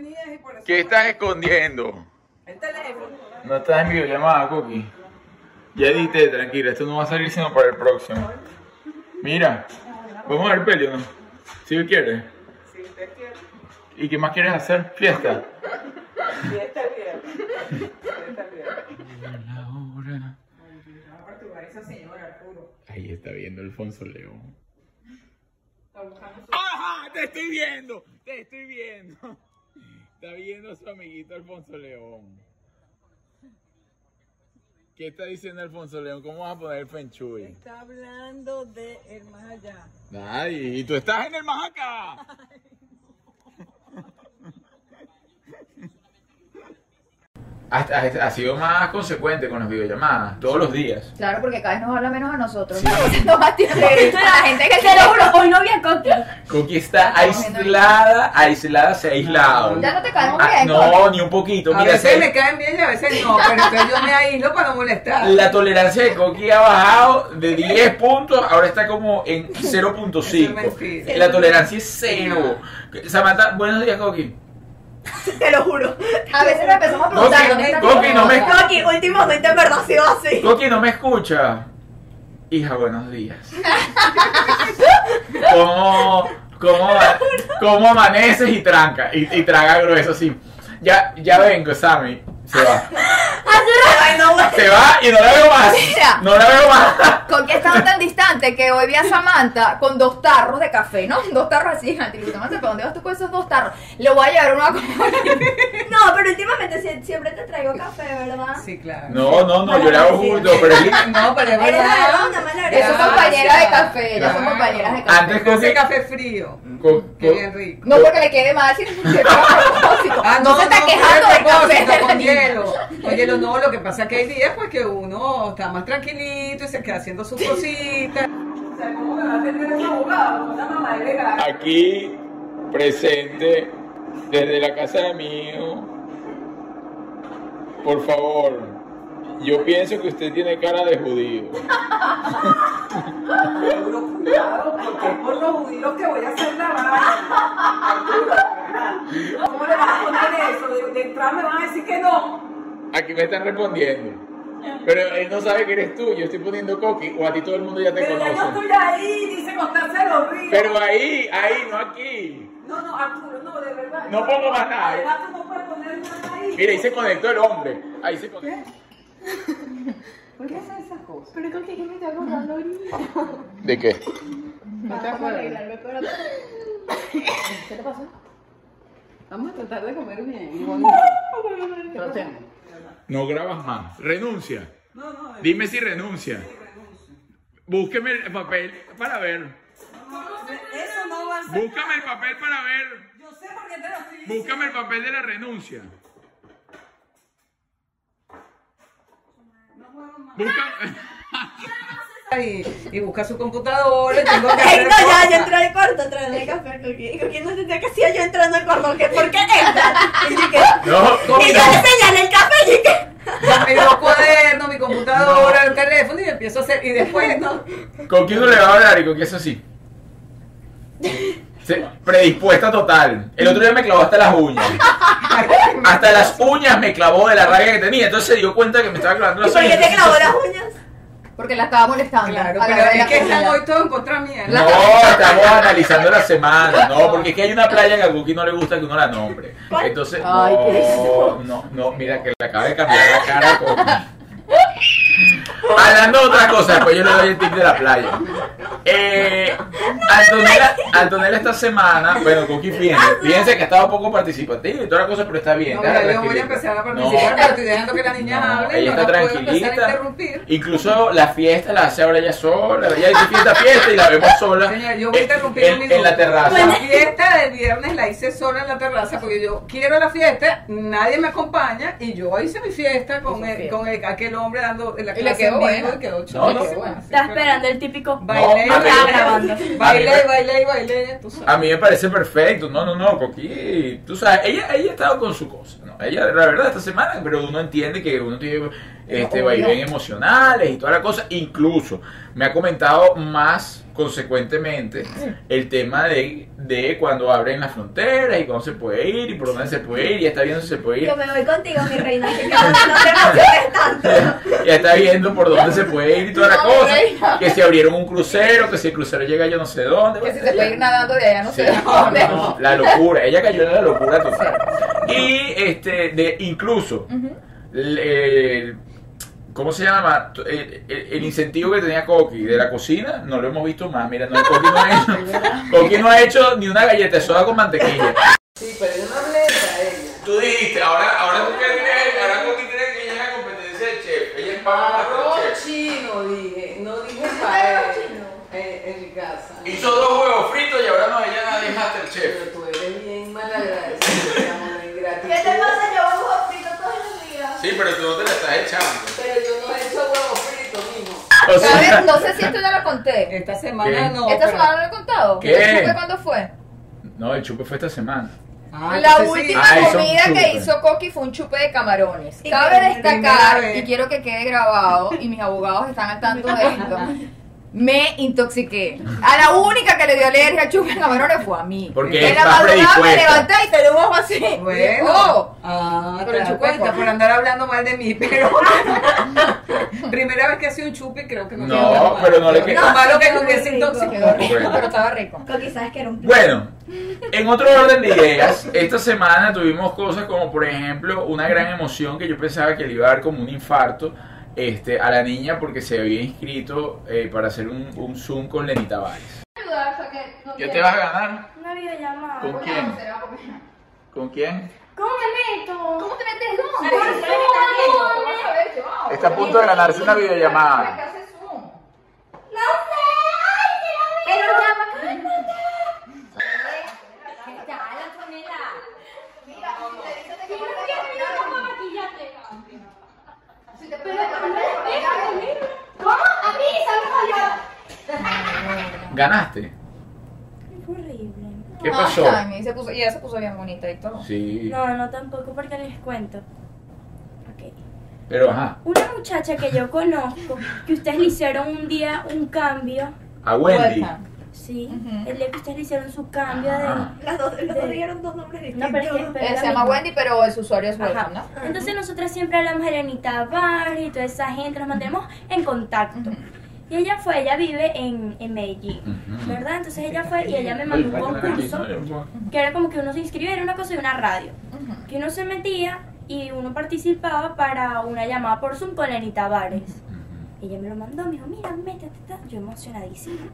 Speaker 1: ¿Qué estás escondiendo?
Speaker 6: El teléfono.
Speaker 7: No estás en videollamada, Cookie. Ya edité, tranquila, esto no va a salir sino para el próximo. Mira, vamos a ver peli, o ¿no? Si quieres.
Speaker 6: Si usted quiere.
Speaker 7: ¿Y qué más quieres hacer? Fiesta.
Speaker 6: Y está bien. Y está bien. esa señora, Arturo.
Speaker 7: Ahí está viendo Alfonso León.
Speaker 1: ¡Ajá! ¡Te estoy viendo! ¡Te estoy viendo! Está viendo a su amiguito Alfonso León. ¿Qué está diciendo Alfonso León? ¿Cómo vas a poner Feng Shui?
Speaker 6: Está hablando de el más allá.
Speaker 1: Ay, y tú estás en el más acá.
Speaker 7: Has, has- has sido más consecuente con las videollamadas, todos los días.
Speaker 3: Claro, porque cada vez nos habla menos a nosotros.
Speaker 7: Sí.
Speaker 3: No más tiempo a la gente que
Speaker 8: Te lo juro, hoy no vi a Coqui.
Speaker 7: Cookie está aislada, aislada, se ha aislado.
Speaker 3: Ya no te caemos
Speaker 7: Ah,
Speaker 3: bien. Coqui.
Speaker 7: no, ni un poquito.
Speaker 6: A
Speaker 7: Mira,
Speaker 6: veces
Speaker 7: se-
Speaker 6: me caen bien y a veces no, pero entonces yo me aíslo para no molestar.
Speaker 7: la tolerancia de Coqui ha bajado de 10 puntos, ahora está como en
Speaker 6: Eso es mentira.
Speaker 7: 0.5. La tolerancia es cero. Samantha, buenos días, Coqui.
Speaker 5: Te lo juro.
Speaker 3: A veces nos empezamos a preguntar.
Speaker 7: Coqui,
Speaker 3: ¿dónde está
Speaker 7: Coqui,
Speaker 3: tu
Speaker 7: no me-
Speaker 3: novia?
Speaker 5: Coqui, últimamente en verdad ha sido así.
Speaker 7: Coqui no me escucha. Hija, buenos días. ¿Cómo, cómo, cómo amaneces y tranca? Y, y traga grueso así. Ya, ya vengo, Sammy. Se va.
Speaker 5: Ay, no, güey.
Speaker 7: Se va y no la veo más.
Speaker 3: Mira.
Speaker 7: No la veo más.
Speaker 3: Coqui estaba tan distante que hoy vi a Samantha con dos tarros de café, ¿no? Dos tarros así gigantes. Y le digo, Samantha, ¿para dónde vas tú con esos dos tarros? Le voy a llevar uno a Coqui.
Speaker 5: No, pero últimamente sie- siempre te traigo café, ¿verdad?
Speaker 6: Sí, claro.
Speaker 7: No, no, no, yo la hago justo, pero es que
Speaker 6: No, pero es
Speaker 5: Eres
Speaker 6: verdad.
Speaker 5: una mala
Speaker 3: Ellas son
Speaker 6: Gracias.
Speaker 3: compañeras de café, ellas son
Speaker 6: Claro.
Speaker 3: compañeras
Speaker 1: Ah,
Speaker 3: de café.
Speaker 7: antes
Speaker 6: Ese
Speaker 7: Coqui.
Speaker 6: café frío.
Speaker 7: Co- co-
Speaker 6: Qué bien rico. Ah,
Speaker 3: No porque le quede mal, sino porque fue a propósito. no, se está
Speaker 6: no,
Speaker 3: quejando
Speaker 6: fue a
Speaker 3: del café de
Speaker 6: propósito,
Speaker 3: la
Speaker 6: con
Speaker 3: niña.
Speaker 6: hielo. Con hielo no, lo que pasa es que hay días pues que uno está más tranquilito y se queda haciendo sus cositas. O sea, ¿cómo me va a tener un abogado? Una mamá de legal.
Speaker 1: Aquí presente desde la casa de mi hijo. Por favor, yo pienso que usted tiene cara de judío.
Speaker 6: Seguro, cuidado, porque es por los judíos que voy a hacer la vaina. ¿Cómo le vas a poner eso? De, de entrar me van a decir que no.
Speaker 1: Aquí me están respondiendo. Pero él no sabe que eres tú, yo estoy poniendo coqui o a ti todo el mundo ya te
Speaker 6: Pero ya yo
Speaker 1: conoce.
Speaker 6: estoy ahí, dice Constanza de los Ríos.
Speaker 1: Pero ahí, ahí, no aquí.
Speaker 6: No, no, Arturo, no, de verdad.
Speaker 1: No pongo más nada, ¿eh?
Speaker 6: Además, tú no puedes poner nada ahí.
Speaker 1: Mira, ahí se conectó el hombre. Ahí se conectó.
Speaker 6: ¿Por qué haces esas cosas?
Speaker 1: ¿De qué?
Speaker 6: No te acuerdas. Vamos a tratar de comer bien. y bonito. Tratemos.
Speaker 7: No grabas más. Renuncia.
Speaker 6: No, no, de-
Speaker 7: Dime si renuncia. Búsqueme el papel para ver.
Speaker 6: eso no va a ser.
Speaker 7: Búscame el papel para ver.
Speaker 6: Yo sé por qué te lo estoy diciendo.
Speaker 7: Búscame el papel de la renuncia. Búscame.
Speaker 6: Y, y busca su computadora. y Tengo que
Speaker 5: Ey,
Speaker 6: hacer
Speaker 5: no, ya,
Speaker 6: cosas.
Speaker 5: yo entré al cuarto, traerme café con quién. ¿Con quién no sentía que hacía yo entrando al cuarto? ¿Qué? ¿Por qué entras? Y yo, que-
Speaker 7: No,
Speaker 5: y yo le señalé el café y yo, que-
Speaker 6: Mi dos cuadernos, mi computadora, el teléfono y empiezo a hacer. Y después, no.
Speaker 7: ¿Con quién no le va a hablar y con quién eso sí? Se- predispuesta total. El otro día me clavó hasta las uñas. Hasta las uñas me clavó de la rabia que tenía. Entonces se dio cuenta que me estaba clavando
Speaker 5: ¿Y
Speaker 7: las
Speaker 5: por
Speaker 7: uñas.
Speaker 5: qué te clavó las uñas?
Speaker 3: Porque la estaba molestando.
Speaker 6: Claro,
Speaker 3: a la
Speaker 6: pero
Speaker 3: hora de Ah, la
Speaker 6: es que están
Speaker 3: comida.
Speaker 6: hoy todos en contra mía.
Speaker 7: No, estamos analizando la semana, no, porque es que hay una playa que a Cookie no le gusta que uno la nombre. Entonces,
Speaker 3: Ay, qué
Speaker 7: no, no, no, mira que le acaba de cambiar la cara a Cookie. Hablando de otra cosa, después yo le doy el tip de la playa. Eh,
Speaker 1: Antonella, Antonella esta semana, bueno, Coqui, fíjense, fíjense que ha estado poco participativa y toda la cosa, pero está bien.
Speaker 6: No,
Speaker 1: déjala
Speaker 6: ya yo voy a
Speaker 1: tranquilita.
Speaker 6: empezar a
Speaker 1: No,
Speaker 6: participar, pero estoy dejando que la niña
Speaker 1: No,
Speaker 6: hable.
Speaker 1: ella
Speaker 6: no
Speaker 1: está
Speaker 6: la puedo empezar a
Speaker 1: tranquilita.
Speaker 6: interrumpir.
Speaker 1: Incluso la fiesta la hace ahora ella sola. Ella dice fiesta, fiesta y la vemos sola
Speaker 6: Señora, yo voy a
Speaker 1: en-
Speaker 6: interrumpir un
Speaker 1: en,
Speaker 6: minuto.
Speaker 1: en la terraza.
Speaker 6: La fiesta del viernes la hice sola en la terraza porque yo quiero la fiesta, nadie me acompaña y yo hice mi fiesta con, el- con el- aquel hombre dando la clase
Speaker 3: le quedó
Speaker 6: en vivo
Speaker 3: buena.
Speaker 6: y quedó
Speaker 1: No, no.
Speaker 6: chulísima. Sí,
Speaker 8: Está
Speaker 6: pero-
Speaker 8: esperando el típico.
Speaker 6: Bailé,
Speaker 1: No, a
Speaker 6: bailé,
Speaker 1: mí-
Speaker 8: grabando.
Speaker 6: bailé, bailé, bailé, tú sabes.
Speaker 1: A mí me parece perfecto. No, no, no, Coqui. Tú sabes, ella, ella ha estado con su cosa. ¿no? Ella, la verdad, esta semana, pero uno entiende que uno tiene este,
Speaker 3: Obvio.
Speaker 1: vaivén emocionales y toda la cosa. Incluso me ha comentado más consecuentemente el tema de, de cuando abren las fronteras y cuándo se puede ir y por dónde se puede ir. Y está viendo si se puede ir.
Speaker 5: Yo me voy contigo, mi reina, que no, no te emociones tanto.
Speaker 1: Ya está viendo por dónde se puede ir y toda la
Speaker 3: No,
Speaker 1: cosa.
Speaker 3: reina.
Speaker 1: Que si abrieron un crucero, que si el crucero llega yo no sé dónde.
Speaker 3: Que si
Speaker 1: Bueno,
Speaker 3: se puede ir nadando de allá, no
Speaker 1: Sí,
Speaker 3: sé de dónde.
Speaker 1: no, la locura, ella cayó en la locura total. Y este, de incluso, le- el- ¿cómo se llama? El, el- el incentivo que tenía Coqui de la cocina, no lo hemos visto más. Mira, no, Coqui, no ha hecho, Coqui no ha hecho ni una galleta de soda con mantequilla.
Speaker 6: Sí, pero yo no hablé de ella.
Speaker 1: Tú dijiste, ahora, ahora tú tienes, ahora Coqui tiene que ella es la competencia del chef, ella es
Speaker 6: Arroz chino dije, no dije para en, en mi casa.
Speaker 1: Hizo dos huevos fritos y ahora no, ella nadie es
Speaker 6: Pero
Speaker 1: Masterchef.
Speaker 6: tú eres bien malagradecida, mi amor, ingratitud.
Speaker 5: ¿Qué te pasa? Yo hago frito todos los días.
Speaker 1: Sí, pero tú no te la estás echando.
Speaker 6: Pero yo no he hecho huevo frito, mijo.
Speaker 1: O
Speaker 3: ¿Sabes? No sé si esto ya lo conté.
Speaker 6: Esta semana
Speaker 1: ¿Qué?
Speaker 6: no.
Speaker 3: ¿Esta
Speaker 6: pero-
Speaker 3: semana no lo he contado?
Speaker 1: ¿Qué?
Speaker 3: ¿No supe cuándo fue?
Speaker 1: No, el chupe fue esta semana.
Speaker 6: Ah,
Speaker 3: La
Speaker 6: entonces sí.
Speaker 3: última
Speaker 1: Ah, hizo un
Speaker 3: comida
Speaker 1: chupe.
Speaker 3: que hizo Coqui fue un chupe de camarones.
Speaker 5: Y
Speaker 3: Cabe
Speaker 5: primera
Speaker 3: destacar,
Speaker 6: vez.
Speaker 3: y quiero que quede grabado, y mis abogados están al tanto de esto, me intoxiqué. A la única que le dio alergia al chupe de camarones fue a mí.
Speaker 1: Porque
Speaker 3: en la
Speaker 1: está
Speaker 3: madrugada me
Speaker 1: predispuesta.
Speaker 3: levanté y te lo ojo así.
Speaker 6: Bueno.
Speaker 3: Oh,
Speaker 6: Ah,
Speaker 3: Pero
Speaker 6: te
Speaker 3: el
Speaker 6: das
Speaker 3: chupe es
Speaker 6: cuenta
Speaker 3: bueno.
Speaker 6: por andar hablando mal de mí, pero. Primera vez que hace un chupe, creo que no.
Speaker 1: No,
Speaker 6: queda tan mal.
Speaker 1: pero no le queda-
Speaker 6: Lo malo que
Speaker 5: No,
Speaker 6: lo hubiese
Speaker 3: quedó
Speaker 5: rico.
Speaker 6: intoxicado.
Speaker 3: rico,
Speaker 1: Bueno.
Speaker 3: pero estaba rico.
Speaker 5: Coqui, sabes que era un plato.
Speaker 1: Bueno, en otro orden de ideas, esta semana tuvimos cosas como, por ejemplo, una gran emoción que yo pensaba que le iba a dar como un infarto este, a la niña porque se había inscrito eh, para hacer un, un Zoom con Lenny Tavares. ¿Qué te vas a ganar?
Speaker 8: Una videollamada.
Speaker 1: ¿Con quién? ¿Con quién?
Speaker 8: ¿Cómo me meto? ¿Cómo te metes? ¿Cómo?
Speaker 1: Está a punto de ganarse una videollamada.
Speaker 8: Pero ya va a caer.
Speaker 1: ¿Ganaste?
Speaker 8: Horrible.
Speaker 1: ¿Qué pasó?
Speaker 3: Ay, y se puso, y ella se puso bien bonita y todo.
Speaker 1: Sí,
Speaker 8: No, no tampoco porque les cuento. Ok.
Speaker 1: pero ajá,
Speaker 8: Una muchacha que yo conozco, que ustedes le hicieron un día un cambio,
Speaker 1: a Wendy.
Speaker 8: ¿sí?
Speaker 3: Ujú.
Speaker 8: El día que ustedes le hicieron su cambio
Speaker 1: Ah.
Speaker 8: de...
Speaker 5: Las dos, los dos dieron dos nombres
Speaker 8: No,
Speaker 5: distintos.
Speaker 8: pero es que- pero
Speaker 3: Eh,
Speaker 8: es
Speaker 3: se
Speaker 8: la
Speaker 3: llama
Speaker 8: misma.
Speaker 3: Wendy, pero es usuario es
Speaker 8: Ajá.
Speaker 3: Welcome, ¿no?
Speaker 8: Entonces nosotras siempre hablamos de Lenita Bar y toda esa gente, nos mantenemos en contacto. Y ella fue, ella vive en, en Medellín,
Speaker 1: Ujú.
Speaker 8: ¿verdad? Entonces ella fue y ella me mandó un concurso que era como que uno se inscribía, era una cosa de una radio, que uno se metía y uno participaba para una llamada por Zoom con Lenita Bares. Ella me lo mandó, me dijo, mira, métete, ta". yo emocionadísima.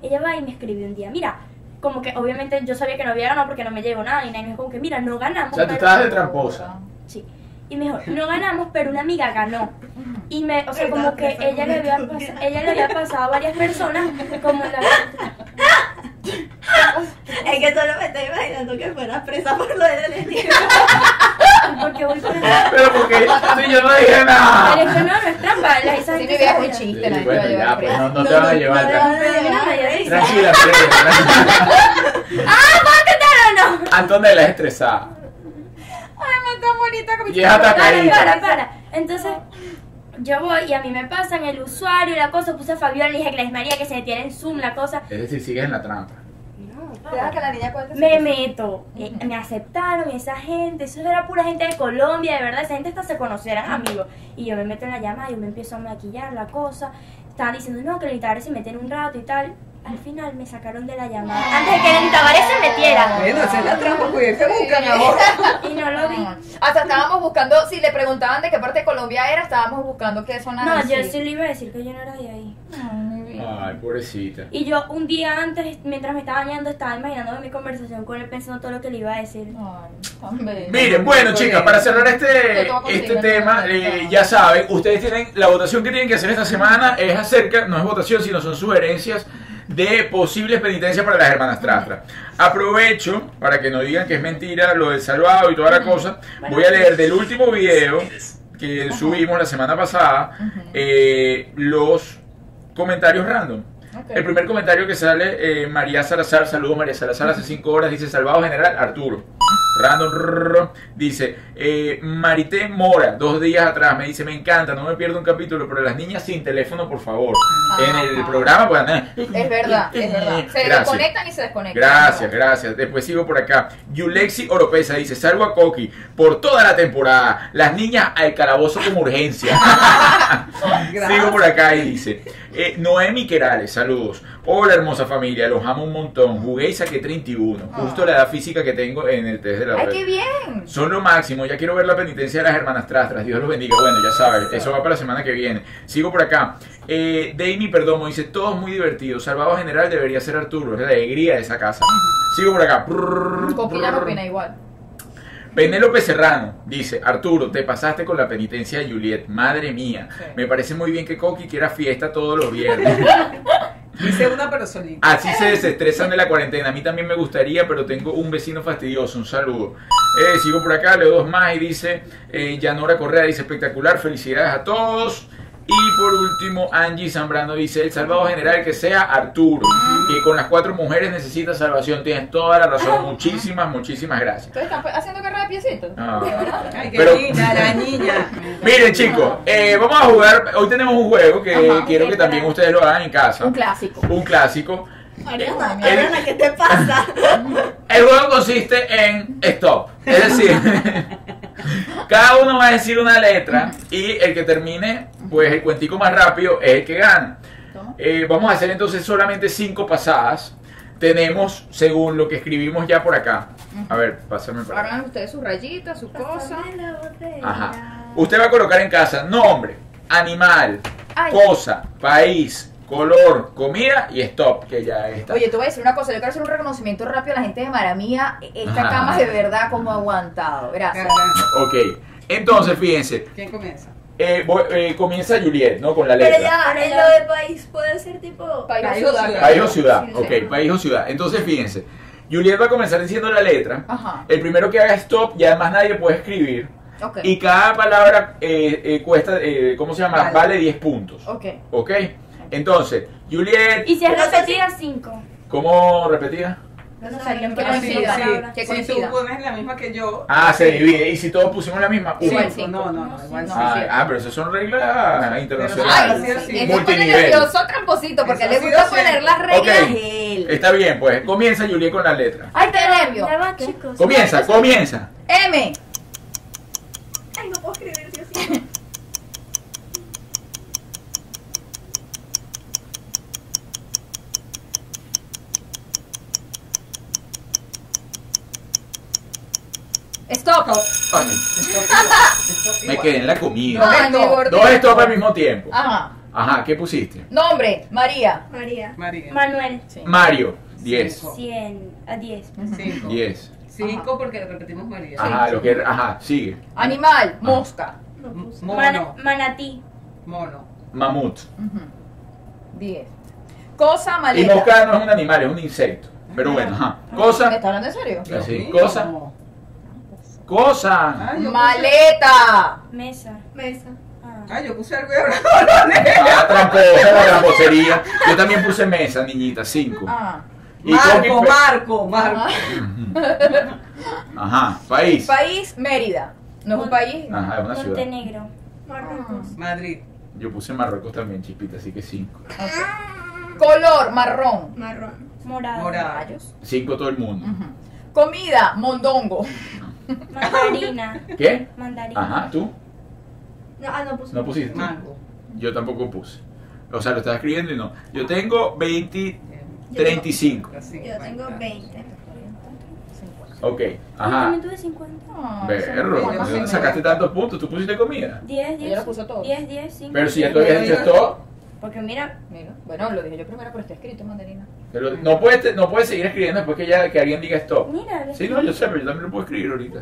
Speaker 8: Ella va y me escribe un día, mira, como que obviamente yo sabía que no había ganado porque no me llegó nada, y nadie me dijo como que, mira, no ganamos.
Speaker 1: O sea, tú
Speaker 8: pero-".
Speaker 1: estabas de tramposa.
Speaker 8: Sí. Y me dijo, no ganamos, pero una amiga ganó. Y me, o sea,
Speaker 5: ¿Verdad?
Speaker 8: como que
Speaker 5: Eso
Speaker 8: ella le, había
Speaker 5: momento.
Speaker 8: pas- ella le había pasado a varias personas, como la...
Speaker 5: Es que solo me estoy imaginando que fueras presa por lo de la lesbiana.
Speaker 8: Porque voy por el...
Speaker 1: Pero porque si yo no dije nada.
Speaker 8: Pero es que no, no es trampa, la
Speaker 3: Sí,
Speaker 8: esa
Speaker 3: mi
Speaker 8: gente
Speaker 3: vida es
Speaker 8: sabe.
Speaker 3: un
Speaker 1: Sí,
Speaker 3: chiste, la gente va a
Speaker 1: bueno, ya, pues no,
Speaker 3: llevar presa.
Speaker 1: no te van a llevar.
Speaker 5: te
Speaker 1: tra-
Speaker 5: van a llevar presa.
Speaker 1: Tranquila, Freddy, tranquila.
Speaker 8: ¡Ah, no, no!
Speaker 1: Antonella es estresada.
Speaker 3: Ay, tan bonita como
Speaker 1: Y es atacadita.
Speaker 8: Para, para, para. Entonces, yo voy y a mí me pasan el usuario, la cosa, puse a Fabiola, le dije que la María que se detiene en Zoom, la cosa.
Speaker 1: Es decir, sigues en la trampa.
Speaker 3: Deja que la niña cuente. su
Speaker 8: Me
Speaker 3: cosa.
Speaker 8: meto, eh, me aceptaron y esa gente, eso era pura gente de Colombia, de verdad, esa gente hasta se conocieran amigos. Y yo me meto en la llamada, yo me empiezo a maquillar la cosa, estaban diciendo, no, que Lenita Tavares se meten un rato y tal. Al final me sacaron de la llamada, antes de que Lenita Tavares se metiera.
Speaker 6: Bueno, esa es la trampa pues, que hubiese buscado, mi amor.
Speaker 8: Y no lo vi.
Speaker 3: Hasta estábamos buscando, si le preguntaban de qué parte de Colombia era, estábamos buscando qué zona
Speaker 8: No, yo
Speaker 3: decía.
Speaker 8: sí le iba a decir que yo no era de ahí.
Speaker 3: Ay, mi vida.
Speaker 1: Ay, pobrecita.
Speaker 8: Y yo un día antes, mientras me estaba bañando, estaba imaginándome mi conversación con él, pensando todo lo que le iba a decir.
Speaker 1: Miren, bueno chicas, para cerrar este, este tema, eh, ya saben, ustedes tienen, la votación que tienen que hacer esta semana es acerca, no es votación, sino son sugerencias de posibles penitencias para las hermanas Trastra. Aprovecho, para que no digan que es mentira lo del salvado y toda la cosa, voy a leer del último video que subimos la semana pasada eh, los comentarios random. El primer comentario que sale, eh, María Salazar, saludo María Salazar, hace cinco horas, dice, salvado general, Arturo. Random rrr, dice, eh, Marité Mora, dos días atrás, me dice, me encanta, no me pierdo un capítulo, pero las niñas sin teléfono, por favor. en el
Speaker 3: Ajá.
Speaker 1: programa, pues... eh,
Speaker 3: Es verdad, es verdad. Se
Speaker 1: Gracias.
Speaker 3: conectan y se desconectan.
Speaker 1: Gracias, gracias. Después sigo por acá. Yulexi Oropesa dice, salvo a Coqui por toda la temporada. Las niñas al calabozo con urgencia. sigo por acá y dice, eh, Noemi Querales, saludos. Hola hermosa familia, los amo un montón. Jugué y saqué 31, justo la edad física que tengo en el test de la
Speaker 3: ¡Ay,
Speaker 1: web.
Speaker 3: qué bien!
Speaker 1: Son lo máximo, ya quiero ver la penitencia de las hermanas Trastras, Dios los bendiga. Bueno, ya sabes, eso va para la semana que viene. Sigo por acá. Eh, Dami Perdomo dice, todos muy divertidos, Salvado General debería ser Arturo, es la alegría de esa casa. Sigo por acá. Prrr,
Speaker 3: Coquilla no
Speaker 1: prrr.
Speaker 3: opina igual.
Speaker 1: Penélope Serrano dice, Arturo, te pasaste con la penitencia de Juliet, madre mía. Me parece muy bien que Coqui quiera fiesta todos los viernes.
Speaker 6: Dice una pero solita.
Speaker 1: Así se desestresan de la cuarentena. A mí también me gustaría, pero tengo un vecino fastidioso. Un saludo. Eh, sigo por acá, leo dos más y dice, eh, Yanora Correa dice, espectacular, felicidades a todos. Y por último, Angie Zambrano dice, el salvado general que sea Arturo, que con las cuatro mujeres necesita salvación. Tienes toda la razón. Muchísimas, muchísimas gracias.
Speaker 3: ¿Ustedes están haciendo carrera de piecitos?
Speaker 1: Ah.
Speaker 6: Ay, qué
Speaker 1: Pero-
Speaker 6: linda, la niña.
Speaker 1: Miren chicos, eh, vamos a jugar, hoy tenemos un juego que quiero que también ustedes lo hagan en casa.
Speaker 3: Un clásico.
Speaker 1: Un clásico.
Speaker 5: Mariana,
Speaker 1: El-
Speaker 5: Mariana, ¿qué te pasa?
Speaker 1: El juego consiste en stop. Es decir, cada uno va a decir una letra y el que termine, pues el cuentico más rápido es el que gana. Eh, vamos a hacer entonces solamente cinco pasadas. Tenemos, según lo que escribimos ya por acá. A ver, pásame para acá.
Speaker 3: Hagan ustedes sus rayitas, sus cosas.
Speaker 5: Pásame la botella.
Speaker 1: Ajá. Usted va a colocar en casa nombre, animal,
Speaker 3: Ay.
Speaker 1: cosa, país, color, comida y stop, que ya está.
Speaker 3: Oye, te voy a decir una cosa, yo quiero hacer un reconocimiento rápido a la gente de Maramía. Esta
Speaker 1: Ajá.
Speaker 3: cama de verdad como ha aguantado. Gracias.
Speaker 1: Ok. Entonces, fíjense,
Speaker 6: ¿Quién comienza?
Speaker 1: eh, voy- eh, comienza Juliet, ¿no? Con la letra.
Speaker 5: Pero ya, en lo de país puede ser tipo.
Speaker 3: Para ir a
Speaker 6: País o
Speaker 3: Sudáfrica.
Speaker 6: ciudad.
Speaker 1: País o ciudad,
Speaker 3: Sí, sí.
Speaker 1: ok, país o ciudad. Entonces fíjense, Juliet va a comenzar diciendo la letra.
Speaker 3: Ajá.
Speaker 1: El primero que haga stop y además nadie puede escribir.
Speaker 3: Ok.
Speaker 1: Y cada palabra eh, eh, cuesta, eh, ¿cómo se llama?
Speaker 6: Vale.
Speaker 1: Vale, 10 puntos.
Speaker 3: Ok.
Speaker 1: Ok. Entonces, Juliet,
Speaker 8: Y si es
Speaker 5: Pero eso
Speaker 8: repetida, cinco.
Speaker 1: ¿cómo repetía?
Speaker 8: No
Speaker 5: sé,
Speaker 8: sabía
Speaker 5: que
Speaker 8: que
Speaker 3: coincida.
Speaker 8: era una palabra.
Speaker 3: Que
Speaker 6: si tú
Speaker 3: coincida.
Speaker 6: pones la misma que yo.
Speaker 1: Ah, se divide. Y si todos pusimos la misma,
Speaker 3: Sí,
Speaker 1: una.
Speaker 3: sí. cinco.
Speaker 6: No, no, no, igual
Speaker 3: No,
Speaker 6: sí.
Speaker 1: Ah, ah, pero esas son reglas
Speaker 6: Ay,
Speaker 1: internacionales.
Speaker 6: sí, sí.
Speaker 3: Este pone
Speaker 1: Multinivel.
Speaker 3: nervioso tramposito porque
Speaker 6: Eso
Speaker 3: le
Speaker 6: ha sido
Speaker 3: gusta poner
Speaker 6: siempre.
Speaker 3: las reglas
Speaker 1: Ok.
Speaker 3: de él.
Speaker 1: Está bien, pues. Comienza Juliet con la letra.
Speaker 3: Ay, qué nervio.
Speaker 8: Ya va, chicos.
Speaker 1: Comienza, comienza.
Speaker 3: M.
Speaker 5: Ay, no puedo escribir, Dios mío.
Speaker 3: Stop.
Speaker 1: Ay, Me quedé en la
Speaker 6: No,
Speaker 1: comida.
Speaker 3: Ay, mi
Speaker 6: stop.
Speaker 3: gordito.
Speaker 1: Dos stop al mismo tiempo.
Speaker 3: Ah, Ajá.
Speaker 1: Ajá, ¿qué pusiste?
Speaker 3: Nombre, María.
Speaker 5: María.
Speaker 6: María.
Speaker 8: Manuel.
Speaker 1: Mario, 10.
Speaker 6: Cinco.
Speaker 8: 100 a 10.
Speaker 6: Cinco.
Speaker 1: 10.
Speaker 6: Cinco porque repetimos María.
Speaker 1: Ajá, lo que ajá, sigue. Ah.
Speaker 3: Animal, mosca.
Speaker 5: No puse.
Speaker 6: Mono.
Speaker 8: manatí.
Speaker 6: Mono.
Speaker 1: Mamut.
Speaker 3: Diez. Cosa,
Speaker 1: Y
Speaker 3: maleta.
Speaker 1: mosca no es un animal, es un insecto. Pero bueno, ajá.
Speaker 3: ¿Me
Speaker 1: Cosa,
Speaker 3: está hablando en serio?
Speaker 6: Dios
Speaker 1: Así,
Speaker 6: mío.
Speaker 1: cosa. cosa.
Speaker 6: Ay, yo
Speaker 3: Maleta.
Speaker 8: Mesa.
Speaker 5: Mesa.
Speaker 8: Ah.
Speaker 6: puse- Ay, yo puse algo y ahora no lo leo.
Speaker 1: Ah, La tramposa, la tramposería. Yo también puse mesa, niñita, 5.
Speaker 3: Ah.
Speaker 6: Marco, Marco, Marco.
Speaker 1: Ajá, país.
Speaker 3: País, Mérida. No es un país.
Speaker 1: Ajá, es una ciudad.
Speaker 8: Montenegro.
Speaker 5: Marruecos.
Speaker 6: Madrid.
Speaker 1: Yo puse Marruecos también, chispita, así que 5.
Speaker 3: Color, marrón.
Speaker 5: Marrón.
Speaker 8: Morado.
Speaker 6: Morada.
Speaker 3: Rayos.
Speaker 1: 5 todo el mundo.
Speaker 3: Ujú. Comida, mondongo.
Speaker 8: Mandarina.
Speaker 1: ¿Qué?
Speaker 8: Mandarina.
Speaker 1: Ajá, tú
Speaker 5: No, ah, no puse.
Speaker 1: no pusiste.
Speaker 6: Mango.
Speaker 1: Yo tampoco puse. O sea, lo estaba escribiendo y no. Yo tengo 20,
Speaker 5: Yo
Speaker 1: 35.
Speaker 6: Así,
Speaker 5: Yo tengo
Speaker 6: bueno.
Speaker 5: 20.
Speaker 1: Ok,
Speaker 8: Yo
Speaker 1: ajá.
Speaker 8: también tuve 50.
Speaker 3: Ah,
Speaker 1: Berro,
Speaker 3: son
Speaker 1: ¿de
Speaker 3: buenas.
Speaker 1: dónde sacaste tantos puntos? ¿Tú pusiste comida?
Speaker 8: 10,
Speaker 3: Ella lo
Speaker 8: 10.
Speaker 3: puso todo.
Speaker 8: 10, 10, 5.
Speaker 1: Pero si ya tú habías dicho esto,
Speaker 8: Porque mira,
Speaker 3: Mira, Bueno, lo dije yo primero, pero está escrito en mandarina.
Speaker 1: Pero no puedes no puedes seguir escribiendo después que ya que alguien diga stop.
Speaker 8: mira.
Speaker 1: Sí, no, yo sé, pero yo también lo puedo escribir ahorita.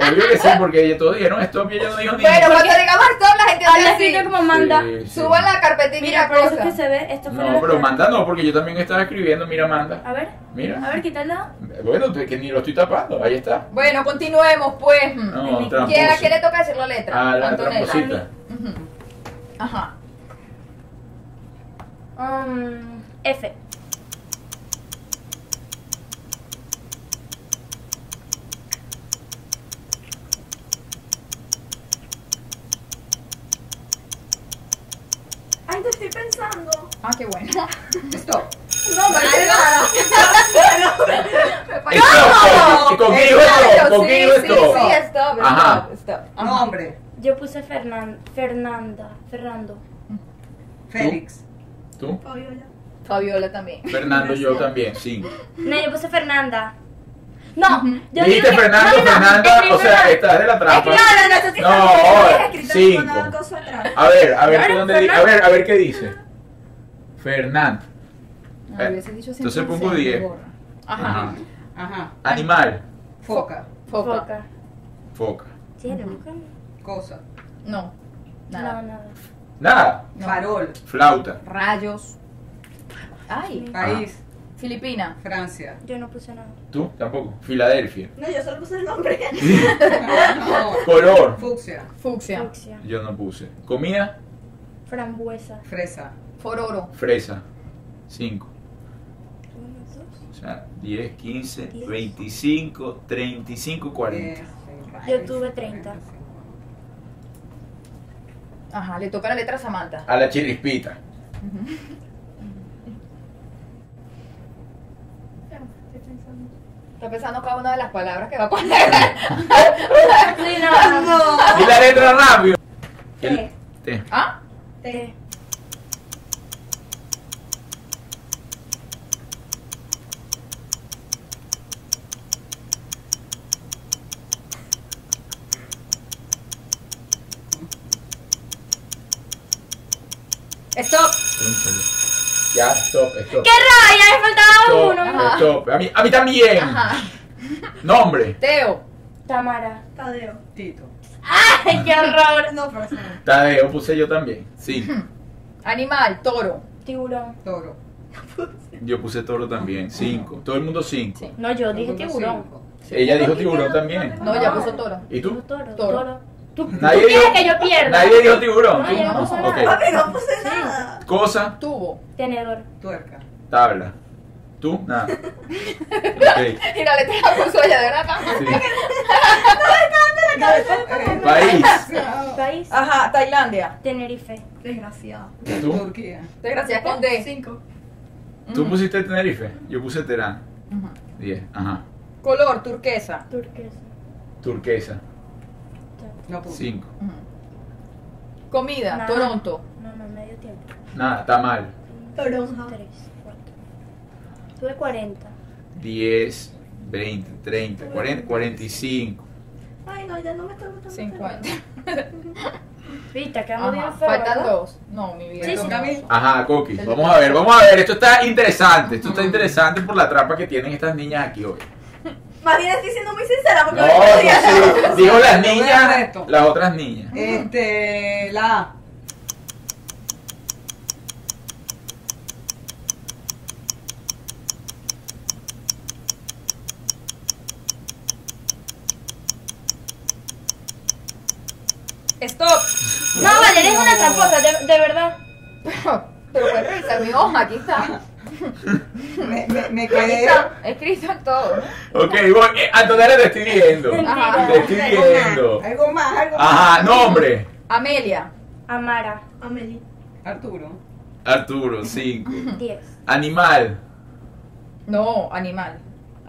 Speaker 1: Obvio que sí, porque ya todos dijeron stop y ella no dijo ni
Speaker 3: Bueno, cuando digamos todo, la gente
Speaker 8: Habla
Speaker 3: hace
Speaker 8: escrito
Speaker 3: así.
Speaker 8: como manda.
Speaker 1: Sí, sí.
Speaker 3: Suba la carpetilla y
Speaker 8: Mira,
Speaker 3: la
Speaker 8: por eso es que
Speaker 3: cosa.
Speaker 8: se ve. Esto fue
Speaker 1: No,
Speaker 8: la
Speaker 1: pero manda no, porque yo también estaba escribiendo, mira, manda.
Speaker 8: A ver, a
Speaker 1: Mira.
Speaker 8: ver, quítala.
Speaker 1: Bueno, te- que ni lo estoy tapando, ahí está.
Speaker 3: Bueno, continuemos pues. Mm.
Speaker 1: No,
Speaker 8: ¿Quién-
Speaker 3: ¿Quién, ¿A quién le
Speaker 1: tramposo.
Speaker 3: toca decir la letra?
Speaker 1: A la
Speaker 3: Antonella.
Speaker 1: tramposita.
Speaker 3: Ujú. Ajá.
Speaker 8: Um, F.
Speaker 5: Ay, te estoy pensando.
Speaker 3: Ah, qué bueno. Stop.
Speaker 1: Stop, ¿Con qué dijo
Speaker 3: Claro,
Speaker 1: esto? ¿Con
Speaker 3: sí,
Speaker 1: qué dijo
Speaker 3: sí,
Speaker 1: esto?
Speaker 3: sí, stop,
Speaker 1: Ajá.
Speaker 3: stop, stop. Ajá.
Speaker 6: Nombre,
Speaker 8: Yo puse Fernan Fernanda. Fernando.
Speaker 6: Félix.
Speaker 1: ¿Tú?
Speaker 5: Fabiola.
Speaker 3: Fabiola también.
Speaker 1: Fernando, yo también, sí.
Speaker 8: No, yo puse Fernanda. No, yo digo
Speaker 1: Dijiste
Speaker 8: que-
Speaker 1: Fernando,
Speaker 8: no, no, no,
Speaker 1: Fernanda,
Speaker 8: escribí
Speaker 1: o sea,
Speaker 8: Fernanda.
Speaker 1: estás de la trampa.
Speaker 5: Claro, no sé si
Speaker 1: No,
Speaker 5: cuando
Speaker 1: ahora,
Speaker 5: hayas escrito
Speaker 1: cinco.
Speaker 5: ninguna cosa atrás.
Speaker 1: A ver, a ver, ¿tú
Speaker 8: Claro,
Speaker 1: dónde di- a
Speaker 8: Fernando.
Speaker 1: ver, a ver qué dice. Fernando.
Speaker 3: No, Ah, hubiese dicho siempre
Speaker 1: Entonces
Speaker 3: en
Speaker 1: pongo
Speaker 3: serio,
Speaker 1: 10.
Speaker 3: gorra. Ajá.
Speaker 6: Ajá.
Speaker 1: Animal.
Speaker 6: Foca.
Speaker 3: Foca.
Speaker 8: Foca.
Speaker 1: Foca.
Speaker 8: Sí, era foca.
Speaker 6: Cosa.
Speaker 3: No.
Speaker 8: No,
Speaker 3: Nada.
Speaker 8: nada.
Speaker 1: Nada.
Speaker 3: No.
Speaker 6: Farol.
Speaker 1: Flauta.
Speaker 3: Rayos.
Speaker 1: Ah.
Speaker 3: Ay.
Speaker 6: País.
Speaker 3: Filipina.
Speaker 6: Francia.
Speaker 8: Yo no puse nada.
Speaker 1: ¿Tú? Tampoco. Filadelfia.
Speaker 5: No, yo solo puse el nombre.
Speaker 6: No.
Speaker 1: Color.
Speaker 6: Fucsia.
Speaker 3: Fucsia.
Speaker 8: Fucsia.
Speaker 1: Yo no puse. Comida.
Speaker 8: Frambuesa.
Speaker 6: Fresa.
Speaker 3: Fororo.
Speaker 1: Fresa. 5.
Speaker 8: Uno, dos.
Speaker 1: O sea, 10, 15, 25,
Speaker 8: Eh.
Speaker 1: 35,
Speaker 6: Eh,
Speaker 1: 40.
Speaker 8: Yo tuve 30.
Speaker 3: Ajá, le toca la letra a Samantha.
Speaker 1: A la chirispita.
Speaker 3: Está pensando cada una de las palabras que va a poner.
Speaker 8: Sí, no, no.
Speaker 1: Y la letra rápido. El- T.
Speaker 3: ¿Ah?
Speaker 8: T.
Speaker 3: Stop.
Speaker 1: Cónchale. Ya, stop, stop.
Speaker 8: ¡Qué rabia! Me faltaba
Speaker 1: Stop,
Speaker 8: uno.
Speaker 3: Ajá.
Speaker 1: stop. A mí, a mí también.
Speaker 3: Ajá.
Speaker 1: Nombre.
Speaker 3: Teo.
Speaker 8: Tamara.
Speaker 5: Tadeo.
Speaker 6: Tito.
Speaker 8: ¡Ay, qué horror!
Speaker 5: No, pero sí.
Speaker 1: Tadeo puse yo también. Sí.
Speaker 3: Animal. Toro.
Speaker 8: Tiburón.
Speaker 6: Toro.
Speaker 1: Yo puse toro también. Cinco. Todo el mundo cinco.
Speaker 3: Sí.
Speaker 8: No, yo dije
Speaker 6: Todo
Speaker 8: tiburón.
Speaker 6: cinco.
Speaker 1: Ella dijo tiburón también.
Speaker 3: No, ya puso toro.
Speaker 1: ¿Y tú?
Speaker 8: Toro,
Speaker 3: Toro.
Speaker 8: toro. ¿Tú, tú
Speaker 1: Nadie
Speaker 8: quieres
Speaker 1: dijo-
Speaker 8: que yo pierda?
Speaker 1: Nadie dijo tiburón.
Speaker 8: No,
Speaker 1: ¿Tú?
Speaker 8: yo no
Speaker 1: No,
Speaker 8: puse nada.
Speaker 1: ok.
Speaker 5: Papi, Ah, no puse nada.
Speaker 1: Cosa,
Speaker 3: Tubo.
Speaker 8: Tenedor.
Speaker 6: Tuerca.
Speaker 1: tabla. ¿Tú? Nada. Ok.
Speaker 3: Y la letra la puso allá de una cama.
Speaker 1: Sí. País.
Speaker 6: Eh,
Speaker 8: País.
Speaker 3: Ajá, Tailandia.
Speaker 8: Tenerife.
Speaker 5: Desgraciada.
Speaker 1: ¿Tú?
Speaker 6: Turquía.
Speaker 3: Desgraciada con D.
Speaker 5: Cinco.
Speaker 1: ¿Tú pusiste Tenerife? Yo puse Terán.
Speaker 3: Ujú.
Speaker 1: Diez. Ajá.
Speaker 3: Color, turquesa.
Speaker 8: Turquesa.
Speaker 1: Turquesa.
Speaker 6: No puse.
Speaker 1: Cinco.
Speaker 3: Ujú. Comida,
Speaker 8: Nada.
Speaker 3: Toronto.
Speaker 8: No, no, medio tiempo.
Speaker 1: Nada, tamal.
Speaker 5: Toronja.
Speaker 8: Tres, cuatro. Tuve 40.
Speaker 1: 10, 20, 30, 40, 45.
Speaker 5: Ay, no, ya no me está gustando. este
Speaker 3: 50.
Speaker 8: Viste, quedamos
Speaker 3: Ajá,
Speaker 8: bien feos.
Speaker 3: faltan
Speaker 8: ¿verdad?
Speaker 3: dos. No, mi vida.
Speaker 8: Sí, sí.
Speaker 6: Eh, Toca a mí.
Speaker 1: Ajá, Coqui. Vamos a ver, vamos a ver. Esto está interesante. Esto está interesante por la trampa que tienen estas niñas aquí hoy.
Speaker 5: Más bien estoy siendo muy sincera porque
Speaker 1: No,
Speaker 5: me
Speaker 1: no,
Speaker 5: podía
Speaker 1: sí. Digo las
Speaker 6: Yo voy al
Speaker 1: niñas,
Speaker 6: resto.
Speaker 1: las otras niñas.
Speaker 6: Este, la A.
Speaker 3: Stop.
Speaker 8: No, vale, eres una tramposa, de, de verdad.
Speaker 3: Pero puedes revisar mi hoja, aquí está.
Speaker 6: Me, me, me
Speaker 3: Aquí
Speaker 6: quedé.
Speaker 3: está. Escrito en todo. ¿no?
Speaker 1: Ok, voy. Eh, Antonella te estoy viendo.
Speaker 3: Ajá.
Speaker 1: Te estoy viendo.
Speaker 6: Algo más, algo más.
Speaker 1: Ajá, nombre.
Speaker 3: Amelia.
Speaker 8: Amara.
Speaker 5: Amelie.
Speaker 6: Arturo.
Speaker 1: Arturo, 5.
Speaker 3: Hmm.
Speaker 8: 10.
Speaker 1: Animal.
Speaker 3: No, animal.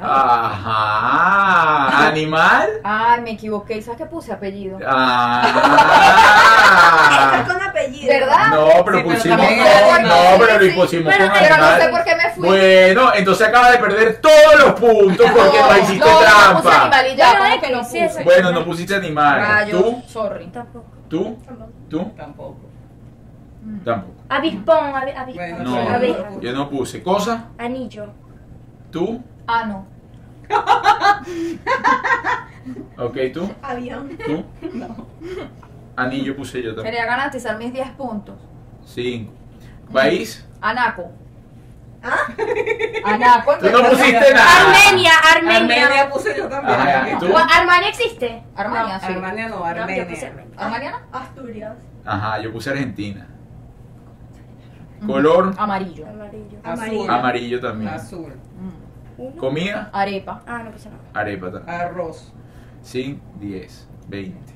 Speaker 1: Ah, Ajá. Animal.
Speaker 3: Ay, me equivoqué. ¿Sabes qué puse apellido?
Speaker 5: Está
Speaker 1: Ah.
Speaker 5: con apellido.
Speaker 3: ¿Verdad?
Speaker 1: No, pero
Speaker 6: Sí, pero
Speaker 1: pusimos.
Speaker 6: también-
Speaker 1: No, no,
Speaker 3: Sí,
Speaker 1: pero lo
Speaker 3: sí.
Speaker 1: impusimos
Speaker 3: Pero
Speaker 1: con
Speaker 3: pero no sé por
Speaker 1: animal.
Speaker 3: qué me fui.
Speaker 1: Bueno, entonces acaba de perder todos los puntos porque
Speaker 3: No,
Speaker 1: no hiciste
Speaker 3: no, No puse Ah,
Speaker 1: trampa.
Speaker 3: animal y ya,
Speaker 8: Pero
Speaker 3: como
Speaker 8: es
Speaker 3: que
Speaker 8: que
Speaker 3: no
Speaker 8: eh, sí, es
Speaker 3: puse.
Speaker 1: Bueno, no pusiste animal.
Speaker 3: Rayos,
Speaker 1: ¿Tú?
Speaker 3: sorry.
Speaker 8: Tampoco.
Speaker 1: ¿Tú? ¿Tú?
Speaker 6: Tampoco.
Speaker 1: Tampoco.
Speaker 8: Avispón, avi- avispón.
Speaker 1: No,
Speaker 8: abeja.
Speaker 1: yo no puse. Cosa,
Speaker 8: Anillo.
Speaker 1: tú.
Speaker 3: Ah, no.
Speaker 1: Ok, tú.
Speaker 5: Avión.
Speaker 1: Tú. Anillo puse yo también.
Speaker 3: Quería garantizar mis 10 puntos.
Speaker 1: Cinco. País.
Speaker 3: Anaco. ¿Ah? Anaco.
Speaker 1: Tú no pusiste
Speaker 3: Ah.
Speaker 1: nada.
Speaker 8: Armenia, Armenia.
Speaker 6: Armenia puse yo también.
Speaker 1: Ajá, ¿y tú?
Speaker 8: Gua- Armenia existe.
Speaker 3: Armenia, sí.
Speaker 6: Armenia no,
Speaker 8: No, yo puse
Speaker 6: Armenia.
Speaker 8: Armenia.
Speaker 3: ¿Armeniana?
Speaker 5: Asturias.
Speaker 1: Ajá, yo puse Argentina. Ah. Color.
Speaker 3: Mm. Amarillo. Mm.
Speaker 8: Amarillo.
Speaker 6: Azul.
Speaker 1: Amarillo también.
Speaker 6: Azul.
Speaker 1: Comida.
Speaker 3: Arepa.
Speaker 8: Ah, no puse nada.
Speaker 1: Arepa también.
Speaker 6: Arroz.
Speaker 1: 5, 10, 20,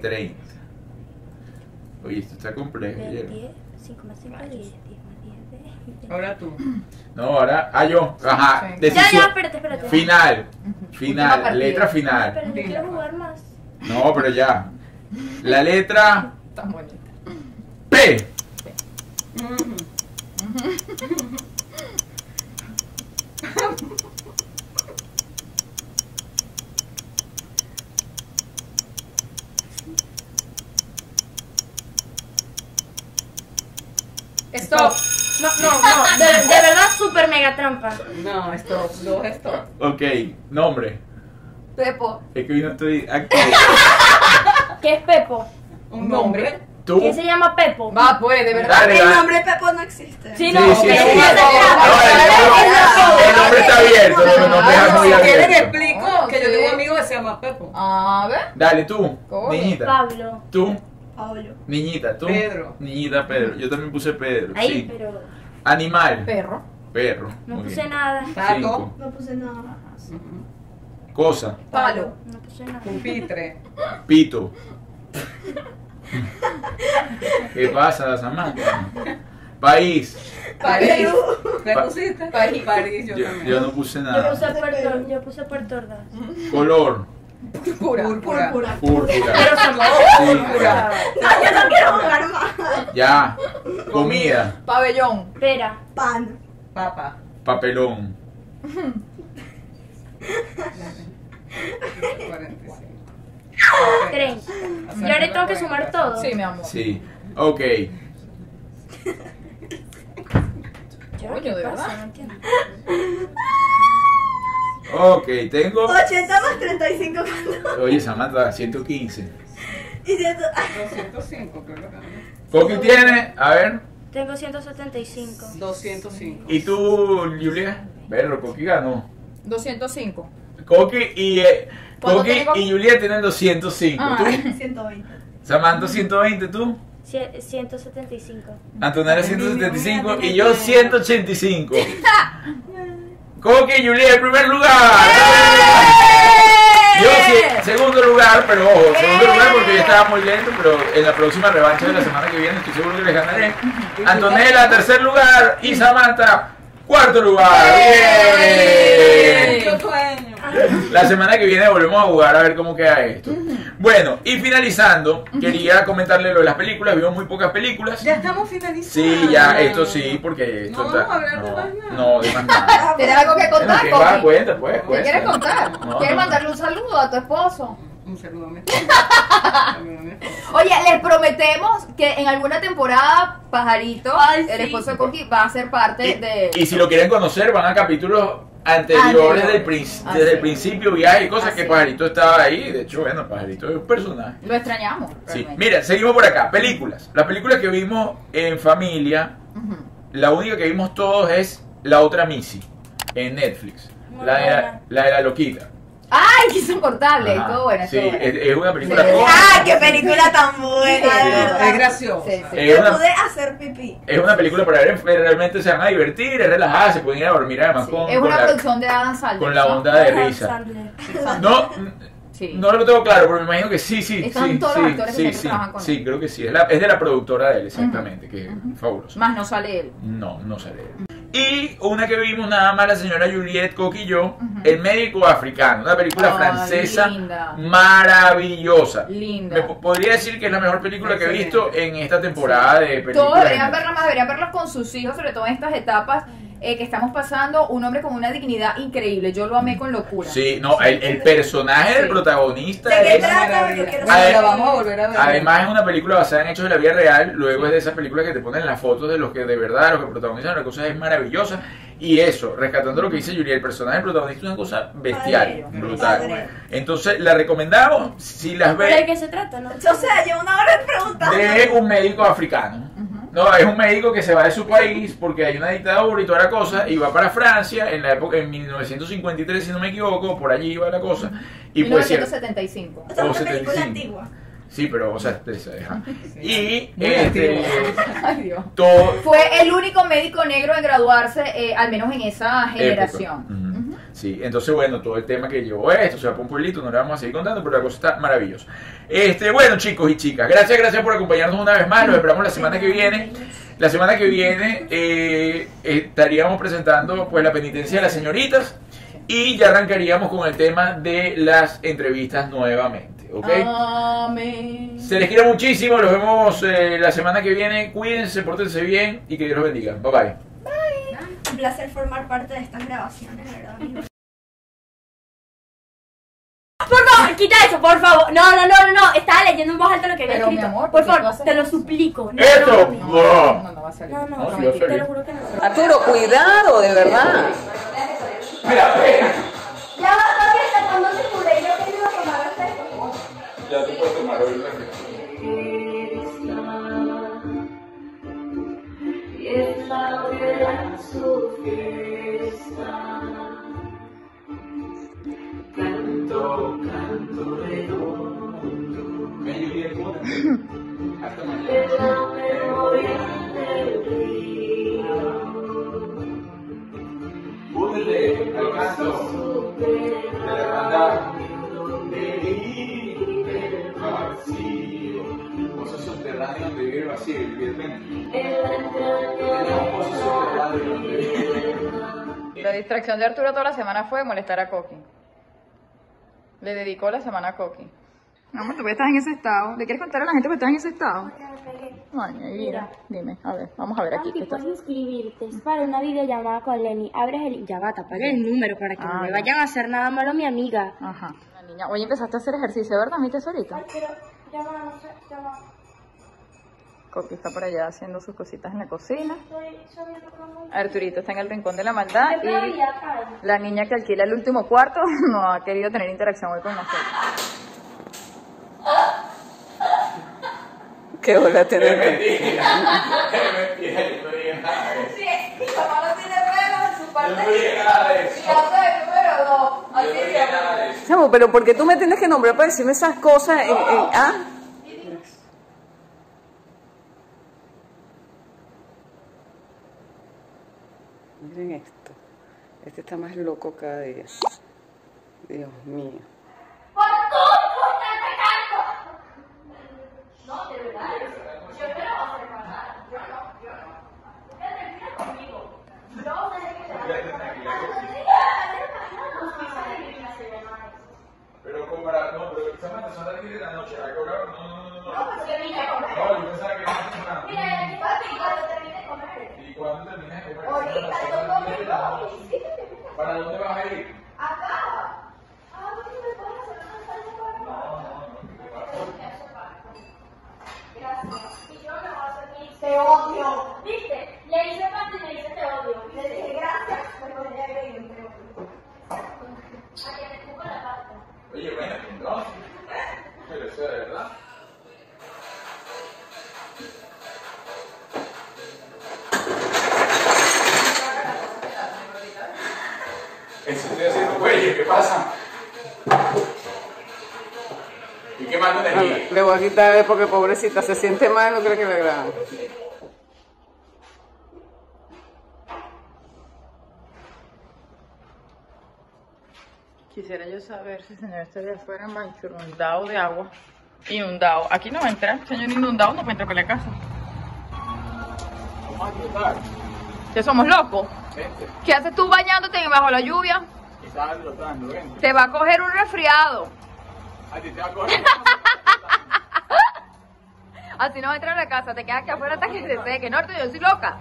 Speaker 1: 30. Oye, esto está complejo. ¿vieron?
Speaker 8: 10, 5 más 5, 10, 10 más 10, 20.
Speaker 6: Ahora tú.
Speaker 1: No, ahora. Ah, yo. Ajá.
Speaker 3: Sí.
Speaker 8: Ya, ya,
Speaker 1: Decisión.
Speaker 8: espérate, espérate.
Speaker 1: Final.
Speaker 3: Última partida.
Speaker 1: Final. Letra final.
Speaker 8: Pero yo quiero jugar más.
Speaker 1: No, pero ya. La letra
Speaker 3: Tan bonita.
Speaker 1: P.
Speaker 6: Mm-hmm.
Speaker 3: Stop.
Speaker 8: No, no, no. De, de verdad, super mega trampa.
Speaker 6: No, stop. Dos stop.
Speaker 1: Ok. Nombre.
Speaker 3: Pepo.
Speaker 1: Es que hoy no estoy aquí.
Speaker 8: ¿Qué es Pepo?
Speaker 6: Un nombre.
Speaker 1: Tú.
Speaker 8: ¿Quién se llama Pepo?
Speaker 3: Va, pues, de verdad.
Speaker 1: Dale,
Speaker 5: El
Speaker 1: dale.
Speaker 5: nombre Pepo no existe.
Speaker 1: Sí,
Speaker 8: Sí, no,
Speaker 1: sí,
Speaker 8: ok,
Speaker 1: sí.
Speaker 8: no
Speaker 1: Ahora,
Speaker 8: se trata.
Speaker 1: el nombre- el nombre está abierto. El nombre
Speaker 3: Ah,
Speaker 1: está muy
Speaker 6: Si quieren
Speaker 1: abierto.
Speaker 6: explico
Speaker 8: Ah,
Speaker 3: No,
Speaker 6: que yo
Speaker 3: sí.
Speaker 6: tengo un amigo que se llama Pepo.
Speaker 3: A ver.
Speaker 1: Dale, tú.
Speaker 3: Coño.
Speaker 1: Niñita.
Speaker 8: Pablo.
Speaker 1: Tú.
Speaker 5: Pablo.
Speaker 1: Niñita, tú.
Speaker 6: Pedro.
Speaker 1: Niñita, Pedro. Yo también puse Pedro.
Speaker 8: Ahí,
Speaker 1: sí.
Speaker 8: pero
Speaker 1: Animal.
Speaker 3: Perro.
Speaker 1: Perro.
Speaker 8: no
Speaker 1: Muy
Speaker 8: puse
Speaker 1: bien.
Speaker 8: nada.
Speaker 6: Tato. Mm-hmm.
Speaker 1: Cinco.
Speaker 5: No puse nada.
Speaker 1: Cosa.
Speaker 3: Palo.
Speaker 8: No puse nada.
Speaker 6: Pupitre.
Speaker 1: Pito. ¿Qué pasa, Samantha? País.
Speaker 6: París. ¿Me
Speaker 1: Pa-
Speaker 6: pusiste?
Speaker 3: París.
Speaker 6: París, yo
Speaker 1: Yo, yo
Speaker 6: también.
Speaker 1: no puse
Speaker 10: Ah.
Speaker 8: Yo
Speaker 1: nada.
Speaker 8: puse Puerto, yo puse Puerto Ordaz.
Speaker 1: Color.
Speaker 3: Pura.
Speaker 6: Púrpura.
Speaker 5: Púrpura.
Speaker 1: Púrpura. Púrpura.
Speaker 5: Yo no quiero jugar más.
Speaker 1: Ya. Comida.
Speaker 3: Pabellón.
Speaker 8: Pera.
Speaker 5: Pan.
Speaker 6: Papa.
Speaker 1: Papelón.
Speaker 6: 45.
Speaker 8: 30. Yo ahora tengo que sumar todo.
Speaker 3: Sí, mi amor.
Speaker 1: Sí. Ok.
Speaker 8: Yo,
Speaker 3: Coño,
Speaker 8: ¿qué
Speaker 3: de
Speaker 8: pasa?
Speaker 3: verdad.
Speaker 8: No entiendo.
Speaker 1: Ok, tengo.
Speaker 5: 80 más 35 ¿cuánto?
Speaker 1: Oye, Samantha, 115.
Speaker 5: Y siento.
Speaker 6: 205, creo que también.
Speaker 1: Coqui tiene. A ver.
Speaker 8: Tengo 175.
Speaker 6: 205.
Speaker 1: ¿Y tú, Julia? Verlo, Coqui ganó.
Speaker 3: 205.
Speaker 1: Coqui y. eh,
Speaker 3: ¿Cuánto
Speaker 1: Coqui
Speaker 3: tengo?
Speaker 1: y Julia tienen 205.
Speaker 3: Ah.
Speaker 1: ¿Tú?
Speaker 5: 120.
Speaker 1: Samantha 120, tú.
Speaker 8: Cie- 175.
Speaker 1: Antonella 175 y yo 185. Coqui y Julia en primer lugar. Yo sí, segundo lugar, pero ojo, segundo lugar porque yo estaba muy lento, pero en la próxima revancha de la semana que viene estoy seguro que les ganaré. Antonella, tercer lugar y Samantha, cuarto lugar.
Speaker 4: ¡Eh!
Speaker 1: Bien.
Speaker 6: Yo sueño.
Speaker 1: La semana que viene volvemos a jugar a ver cómo queda esto. Bueno, y finalizando, quería comentarle lo de las películas. Vimos muy pocas películas.
Speaker 6: Ya estamos finalizando.
Speaker 1: Sí, ya, esto sí, porque esto
Speaker 6: No
Speaker 1: está-
Speaker 6: vamos a hablar de
Speaker 1: no,
Speaker 6: más nada.
Speaker 1: No, de más nada.
Speaker 3: ¿Tienes algo que
Speaker 1: Bueno,
Speaker 3: contar,
Speaker 1: ¿qué va?
Speaker 3: Coqui?
Speaker 1: Cuenta, pues,
Speaker 3: ¿Qué
Speaker 1: cuenta.
Speaker 3: quieres contar?
Speaker 1: No,
Speaker 3: ¿Quieres
Speaker 1: no.
Speaker 3: mandarle un saludo a tu esposo?
Speaker 6: Un saludo a mi esposo. Un saludo a mi esposo.
Speaker 3: Oye, les prometemos que en alguna temporada, Pajarito,
Speaker 5: Ay, sí.
Speaker 3: el esposo de Coqui, va a ser parte de...
Speaker 1: Y, y si lo quieren conocer, van a capítulos anteriores
Speaker 3: Anteriores.
Speaker 1: del prin-
Speaker 6: Ah,
Speaker 3: Así
Speaker 1: desde
Speaker 3: es.
Speaker 1: el principio viaje y cosas
Speaker 3: Así
Speaker 1: que
Speaker 3: es.
Speaker 1: Pajarito estaba ahí. De hecho, bueno, Pajarito es un personaje.
Speaker 3: Lo extrañamos.
Speaker 1: Sí,
Speaker 3: realmente.
Speaker 1: mira, seguimos por acá. Películas. Las películas que vimos en familia,
Speaker 3: Ujú.
Speaker 1: la única que vimos todos es La Otra Missy en Netflix.
Speaker 8: Muy
Speaker 1: La de la,
Speaker 8: buena.
Speaker 1: la de la loquita.
Speaker 3: ¡Ay, qué insoportable!
Speaker 1: Ajá.
Speaker 3: Estuvo bueno,
Speaker 1: Sí,
Speaker 3: estuvo bueno.
Speaker 1: es, es una película
Speaker 3: Sí.
Speaker 1: cómica.
Speaker 5: ¡Ah, qué película tan buena!
Speaker 1: Sí.
Speaker 5: De
Speaker 6: Es
Speaker 5: verdad.
Speaker 6: gracioso.
Speaker 3: Sí, sí.
Speaker 1: Es
Speaker 5: Yo
Speaker 1: una-
Speaker 5: pude hacer pipí.
Speaker 1: Es una película para ver, pero realmente se van a divertir, es relajada, se pueden ir a dormir además
Speaker 3: Sí.
Speaker 1: con,
Speaker 3: Es
Speaker 1: con
Speaker 3: una
Speaker 1: la,
Speaker 3: producción de Adam Sandler.
Speaker 1: con la
Speaker 3: ¿no?
Speaker 1: onda de
Speaker 8: Adam
Speaker 1: risa.
Speaker 8: Sandler.
Speaker 1: No,
Speaker 3: Sí.
Speaker 1: no lo tengo claro, pero me imagino que sí, sí,
Speaker 3: Están
Speaker 1: sí,
Speaker 3: todos
Speaker 1: sí,
Speaker 3: los actores que
Speaker 1: sí,
Speaker 3: siempre
Speaker 1: sí,
Speaker 3: trabajan con
Speaker 1: sí,
Speaker 3: él.
Speaker 1: creo que sí, es, la- es de la productora de él, exactamente, que es fabuloso.
Speaker 3: Más no sale él.
Speaker 1: No, no se lee. Y una que vimos nada más la señora Juliette Coqui y yo, El médico africano, una película
Speaker 3: Ay,
Speaker 1: francesa
Speaker 3: linda.
Speaker 1: maravillosa. Me
Speaker 3: Linda.
Speaker 1: po- podría decir que es la mejor película que he
Speaker 6: Excelente.
Speaker 1: visto en esta temporada de películas.
Speaker 3: Todos
Speaker 1: de
Speaker 3: deberían
Speaker 1: Netflix.
Speaker 3: verla más, deberían verla con sus hijos, sobre todo en estas etapas
Speaker 10: eh, que estamos pasando, un hombre con una dignidad increíble. Yo lo amé con locura.
Speaker 1: Sí, no, el, el personaje del
Speaker 10: Sí.
Speaker 1: protagonista
Speaker 11: ¿De qué
Speaker 1: es...
Speaker 11: trata? Yo quiero
Speaker 1: A ver.
Speaker 6: La
Speaker 11: saber.
Speaker 6: vamos a volver a ver.
Speaker 1: Además es una película basada en hechos de la vida real, luego es de esas películas que te ponen las fotos de los que de verdad, los que protagonizan las cosas, es maravillosa. Y eso, rescatando lo que dice Julia, el personaje del protagonista es una cosa bestial,
Speaker 11: Padre,
Speaker 1: brutal.
Speaker 11: padre.
Speaker 1: Entonces, la recomendamos, si las
Speaker 8: ¿Pero de
Speaker 1: ves,
Speaker 8: qué se trata, no?
Speaker 11: O sea, llevo una hora preguntando.
Speaker 1: de un médico africano. No, es un médico que se va de su país porque hay una dictadura y toda la cosa, y va para Francia en la época, en 1953, si no me equivoco, por allí iba la cosa. Y pues, cier-
Speaker 10: 1975.
Speaker 11: O sea,
Speaker 1: O
Speaker 11: una película
Speaker 1: 75.
Speaker 11: antigua.
Speaker 1: sí, pero, o sea, es- ajá. Y,
Speaker 6: Muy
Speaker 1: este,
Speaker 10: Ay, Dios.
Speaker 1: todo,
Speaker 10: Fue el único médico negro en graduarse, eh, al menos en esa generación.
Speaker 1: Época. Ujú. Sí, entonces bueno, todo el tema que llevó esto, se va para un pueblito, no lo vamos a seguir contando, pero la cosa está maravillosa. Este, bueno, chicos y chicas, gracias, gracias por acompañarnos una vez más, los esperamos la semana que viene. La semana que viene eh, estaríamos presentando pues la penitencia de las señoritas y ya arrancaríamos con el tema de las entrevistas nuevamente, ¿ok?
Speaker 10: Amén.
Speaker 1: Se les quiere muchísimo, los vemos eh, la semana que viene, cuídense, pórtense bien y que Dios los bendiga. Bye bye.
Speaker 11: Un placer formar parte de estas grabaciones, de verdad.
Speaker 8: Por favor, quita eso, por favor. No, no, no, no, no. Estaba leyendo en voz alta lo que había
Speaker 10: Pero,
Speaker 8: escrito.
Speaker 10: mi amor, ¿por
Speaker 8: por
Speaker 10: qué tú
Speaker 8: favor,
Speaker 10: haces
Speaker 8: te lo
Speaker 10: eso?
Speaker 8: suplico. No,
Speaker 1: ¡Esto!
Speaker 8: no,
Speaker 1: ¡Buah!
Speaker 10: No, no va a salir.
Speaker 8: No, no,
Speaker 1: No, sí,
Speaker 8: no,
Speaker 1: va a
Speaker 8: te
Speaker 1: salir.
Speaker 8: lo juro que no.
Speaker 6: Arturo, cuidado, de verdad.
Speaker 1: Mira, espera.
Speaker 5: Ya va, papi, hasta cuando se cure, yo que iba a tomar hasta esto.
Speaker 1: Ya tú puedes tomar hoy la
Speaker 10: La distracción de Arturo toda la semana fue molestar a Coqui. Le dedicó la semana a Coqui.
Speaker 4: No, amor, tú estás en ese estado. ¿Le quieres contar a la gente que estás en ese estado? Ay, mira.
Speaker 8: Mira. Ah,
Speaker 4: Dime, a ver, vamos a ver aquí.
Speaker 8: Papi,
Speaker 4: qué está.
Speaker 8: puedes inscribirte para una videollamada con Lenny. Abres el... Ya va, tapale el número para que no me vayan a hacer nada malo a mi amiga.
Speaker 4: Ah, Ajá. La niña, hoy empezaste a hacer ejercicio, ¿verdad, mi tesorito?
Speaker 8: pero... Ya va, no sé, ya va.
Speaker 4: Coqui está por allá haciendo sus cositas en la cocina.
Speaker 8: Estoy subiendo como...
Speaker 4: Arturito está en el rincón de la maldad y
Speaker 8: vida, Karen.
Speaker 4: la niña que alquila el último cuarto no ha querido tener interacción hoy con nosotros.
Speaker 6: Qué bola tener.
Speaker 3: Sí, es que mi papá no tiene pelos en su parte.
Speaker 1: Felicidades.
Speaker 3: La otra del número dos. Así que.
Speaker 6: Chamo, pero ¿por qué tú me tienes que nombrar para decirme esas cosas? en- en- ¿Ah? Miren esto. Este está más loco cada día. Dios mío.
Speaker 5: Por tu puta atacando. No, de verdad. Yo no lo voy a hacer pasar. Yo no, yo no. Usted termina conmigo. No, usted tiene que
Speaker 1: Pero como para, no, pero quizás me pasó a de la noche, ¿a qué hora? No, no, no, no. No, No, yo pensaba que no me pasaba nada.
Speaker 5: Mira, papi, cuando termine de comer.
Speaker 1: ¿Y cuándo terminas de comer?
Speaker 5: Ahorita yo conmigo. Sí, sí, sí.
Speaker 1: ¿Para dónde vas a ir?
Speaker 5: Acá. Ah, no, que me puedes hacer una salsa para Gracias. Y yo no vas a mí. Te odio. ¿Viste? Le hice parte y le hice te odio. Le dije gracias, pero le dije te odio. A que te pongo la pasta.
Speaker 1: Oye, bueno, entonces. Pero eso de verdad. Eso estoy haciendo güey, ¿qué pasa? ¿Y qué más no te ríes?
Speaker 6: Le voy a quitar porque pobrecita se siente mal, no creo que le agrada.
Speaker 4: Quisiera yo saber si el señor estaría afuera manchurrundado de agua. Inundado. Aquí no va a entrar. Señor inundado no puede entrar con la casa.
Speaker 1: Vamos a disfrutar,
Speaker 4: ¿Que somos locos?
Speaker 1: gente.
Speaker 10: ¿Qué haces tú bañándote bajo la lluvia?
Speaker 1: Quizás lo están ven.
Speaker 10: Te va a coger un resfriado.
Speaker 1: A ti te va a correr.
Speaker 10: Así no entra a la casa, te quedas aquí afuera hasta que se seque. No, Arturo, yo soy loca.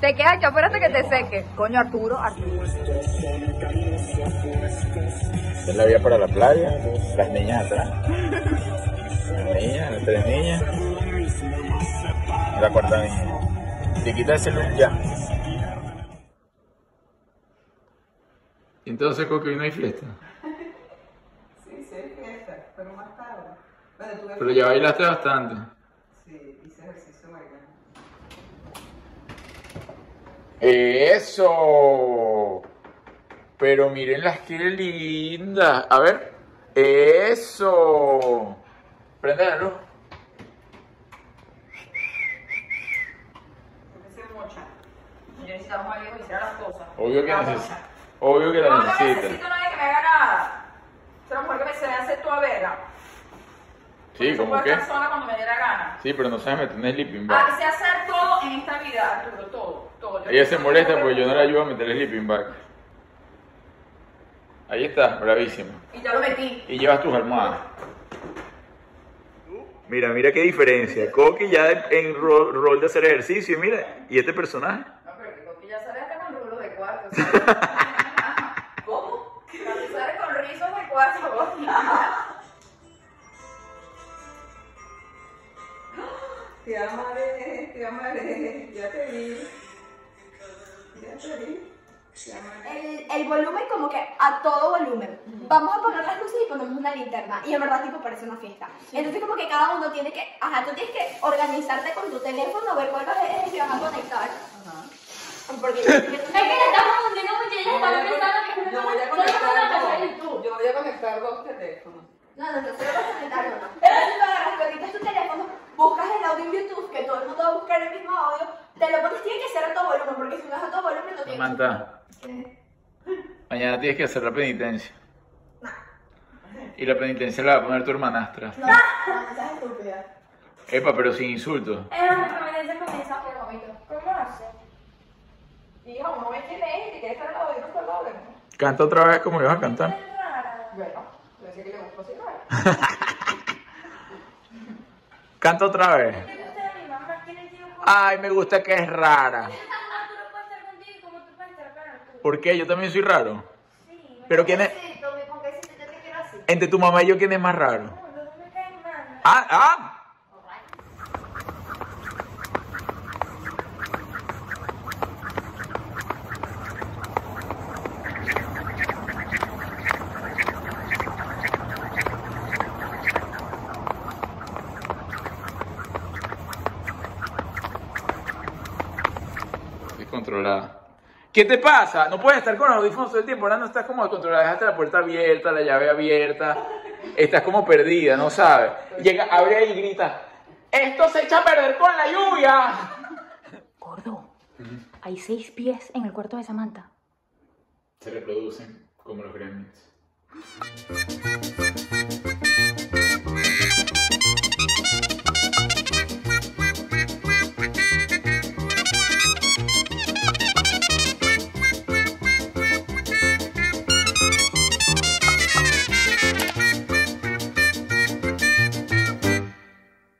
Speaker 8: Te quedas aquí afuera hasta que te seque. Coño, Arturo, Arturo.
Speaker 1: Es la vía para la playa, las niñas atrás. Las niñas, las tres niñas. La cuarta niña. Te quita ese look ya.
Speaker 7: Entonces, creo que hoy no hay fiesta.
Speaker 6: Sí, sí, hay fiesta, pero más tarde. Bueno, tú ves-
Speaker 7: Pero ya bailaste bastante.
Speaker 6: Sí, hice ejercicio mañana.
Speaker 1: Eso. Pero miren las que lindas. A ver. Eso. Prende la luz.
Speaker 3: Yo necesitaba alguien que hiciera las cosas.
Speaker 1: Obvio que, neces- Obvio que la
Speaker 3: no necesito
Speaker 1: necesitas.
Speaker 3: a nadie que me haga nada. Es una mujer que me se hacer toda vela.
Speaker 1: Sí,
Speaker 3: Yo
Speaker 1: como
Speaker 3: puedo
Speaker 1: que.
Speaker 3: estar sola cuando me dé la gana.
Speaker 1: Sí, pero no sabes meter en el sleeping
Speaker 3: Ah,
Speaker 1: bag.
Speaker 3: sé hacer todo en esta vida, Arturo, todo, todo. Yo-
Speaker 1: Ella se molesta porque yo no la ayudo a meter el sleeping bag. Ahí está, bravísima.
Speaker 3: Y ya lo metí.
Speaker 1: Y llevas tus almohadas. Mira, mira qué diferencia. Coqui ya en ro- rol de hacer ejercicio y mira, y este personaje.
Speaker 3: No, pero que Coqui ya sale hasta con rulos de cuarto. ¿sabes? ¿Cómo? Coqui sale con rizos de cuarto. Coqui.
Speaker 6: Te amaré, te amaré, ya te vi. Ya te vi. Te amaré.
Speaker 5: El, el volumen como que a todo volumen. Vamos a apagar las luces y ponemos una linterna. Y en verdad tipo parece una fiesta. Entonces como que cada uno tiene que, ajá, tú tienes que organizarte con tu teléfono, ver cuál es el que vas a conectar. Porque
Speaker 3: Es que la estamos hundiendo mucho, ella está pensando que
Speaker 6: Yo voy a
Speaker 3: Solo
Speaker 6: conectar
Speaker 3: vamos a
Speaker 6: dos.
Speaker 3: casar en tú.
Speaker 6: Yo voy a conectar dos teléfonos.
Speaker 5: No, no, no, solo vas a conectar uno. Entonces tú agarras, conectas tu teléfono, buscas el audio en YouTube, que todo el mundo va a buscar el mismo audio, te lo pones, tiene que ser a todo volumen, porque si no es a todo volumen no tiene
Speaker 1: Samantha, mañana tienes que hacer la penitencia. Y la penitencia la va a poner tu hermanastra.
Speaker 5: No, estás estúpida.
Speaker 1: Epa, pero sin insultos.
Speaker 12: Es una prometencia comienza. ¿Cómo hace?
Speaker 3: Hijo, no me quién es, te quieres estar al lado de nosotros, al lado de nosotros.
Speaker 1: Canta otra vez como le vas a cantar.
Speaker 12: Es rara.
Speaker 3: Bueno, yo sé que le gusta cigarro.
Speaker 1: Canta otra vez.
Speaker 12: ¿Qué le gusta de mi mamá? ¿Qué le digo?
Speaker 1: Ay, me gusta que es rara.
Speaker 12: Ah, tú no puedes estar contigo, ¿cómo tú puedes estar con Arturo?
Speaker 1: ¿Por qué? Yo también soy raro.
Speaker 12: Sí,
Speaker 1: Pero quién es. Entre tu mamá y yo, ¿quién es más raro?
Speaker 12: no, los dos me caen mal.
Speaker 1: Ah, ah. Descontrolada. ¿Qué te pasa? No puedes estar con los audífonos todo el tiempo. Ahora no estás como descontrolada. Dejaste la puerta abierta, la llave abierta. Estás como perdida, no sabes. Llega, abre ahí y grita. Esto se echa a perder con la lluvia.
Speaker 8: Gordo, hay seis pies en el cuarto de Samantha.
Speaker 1: Se reproducen como los gremlins.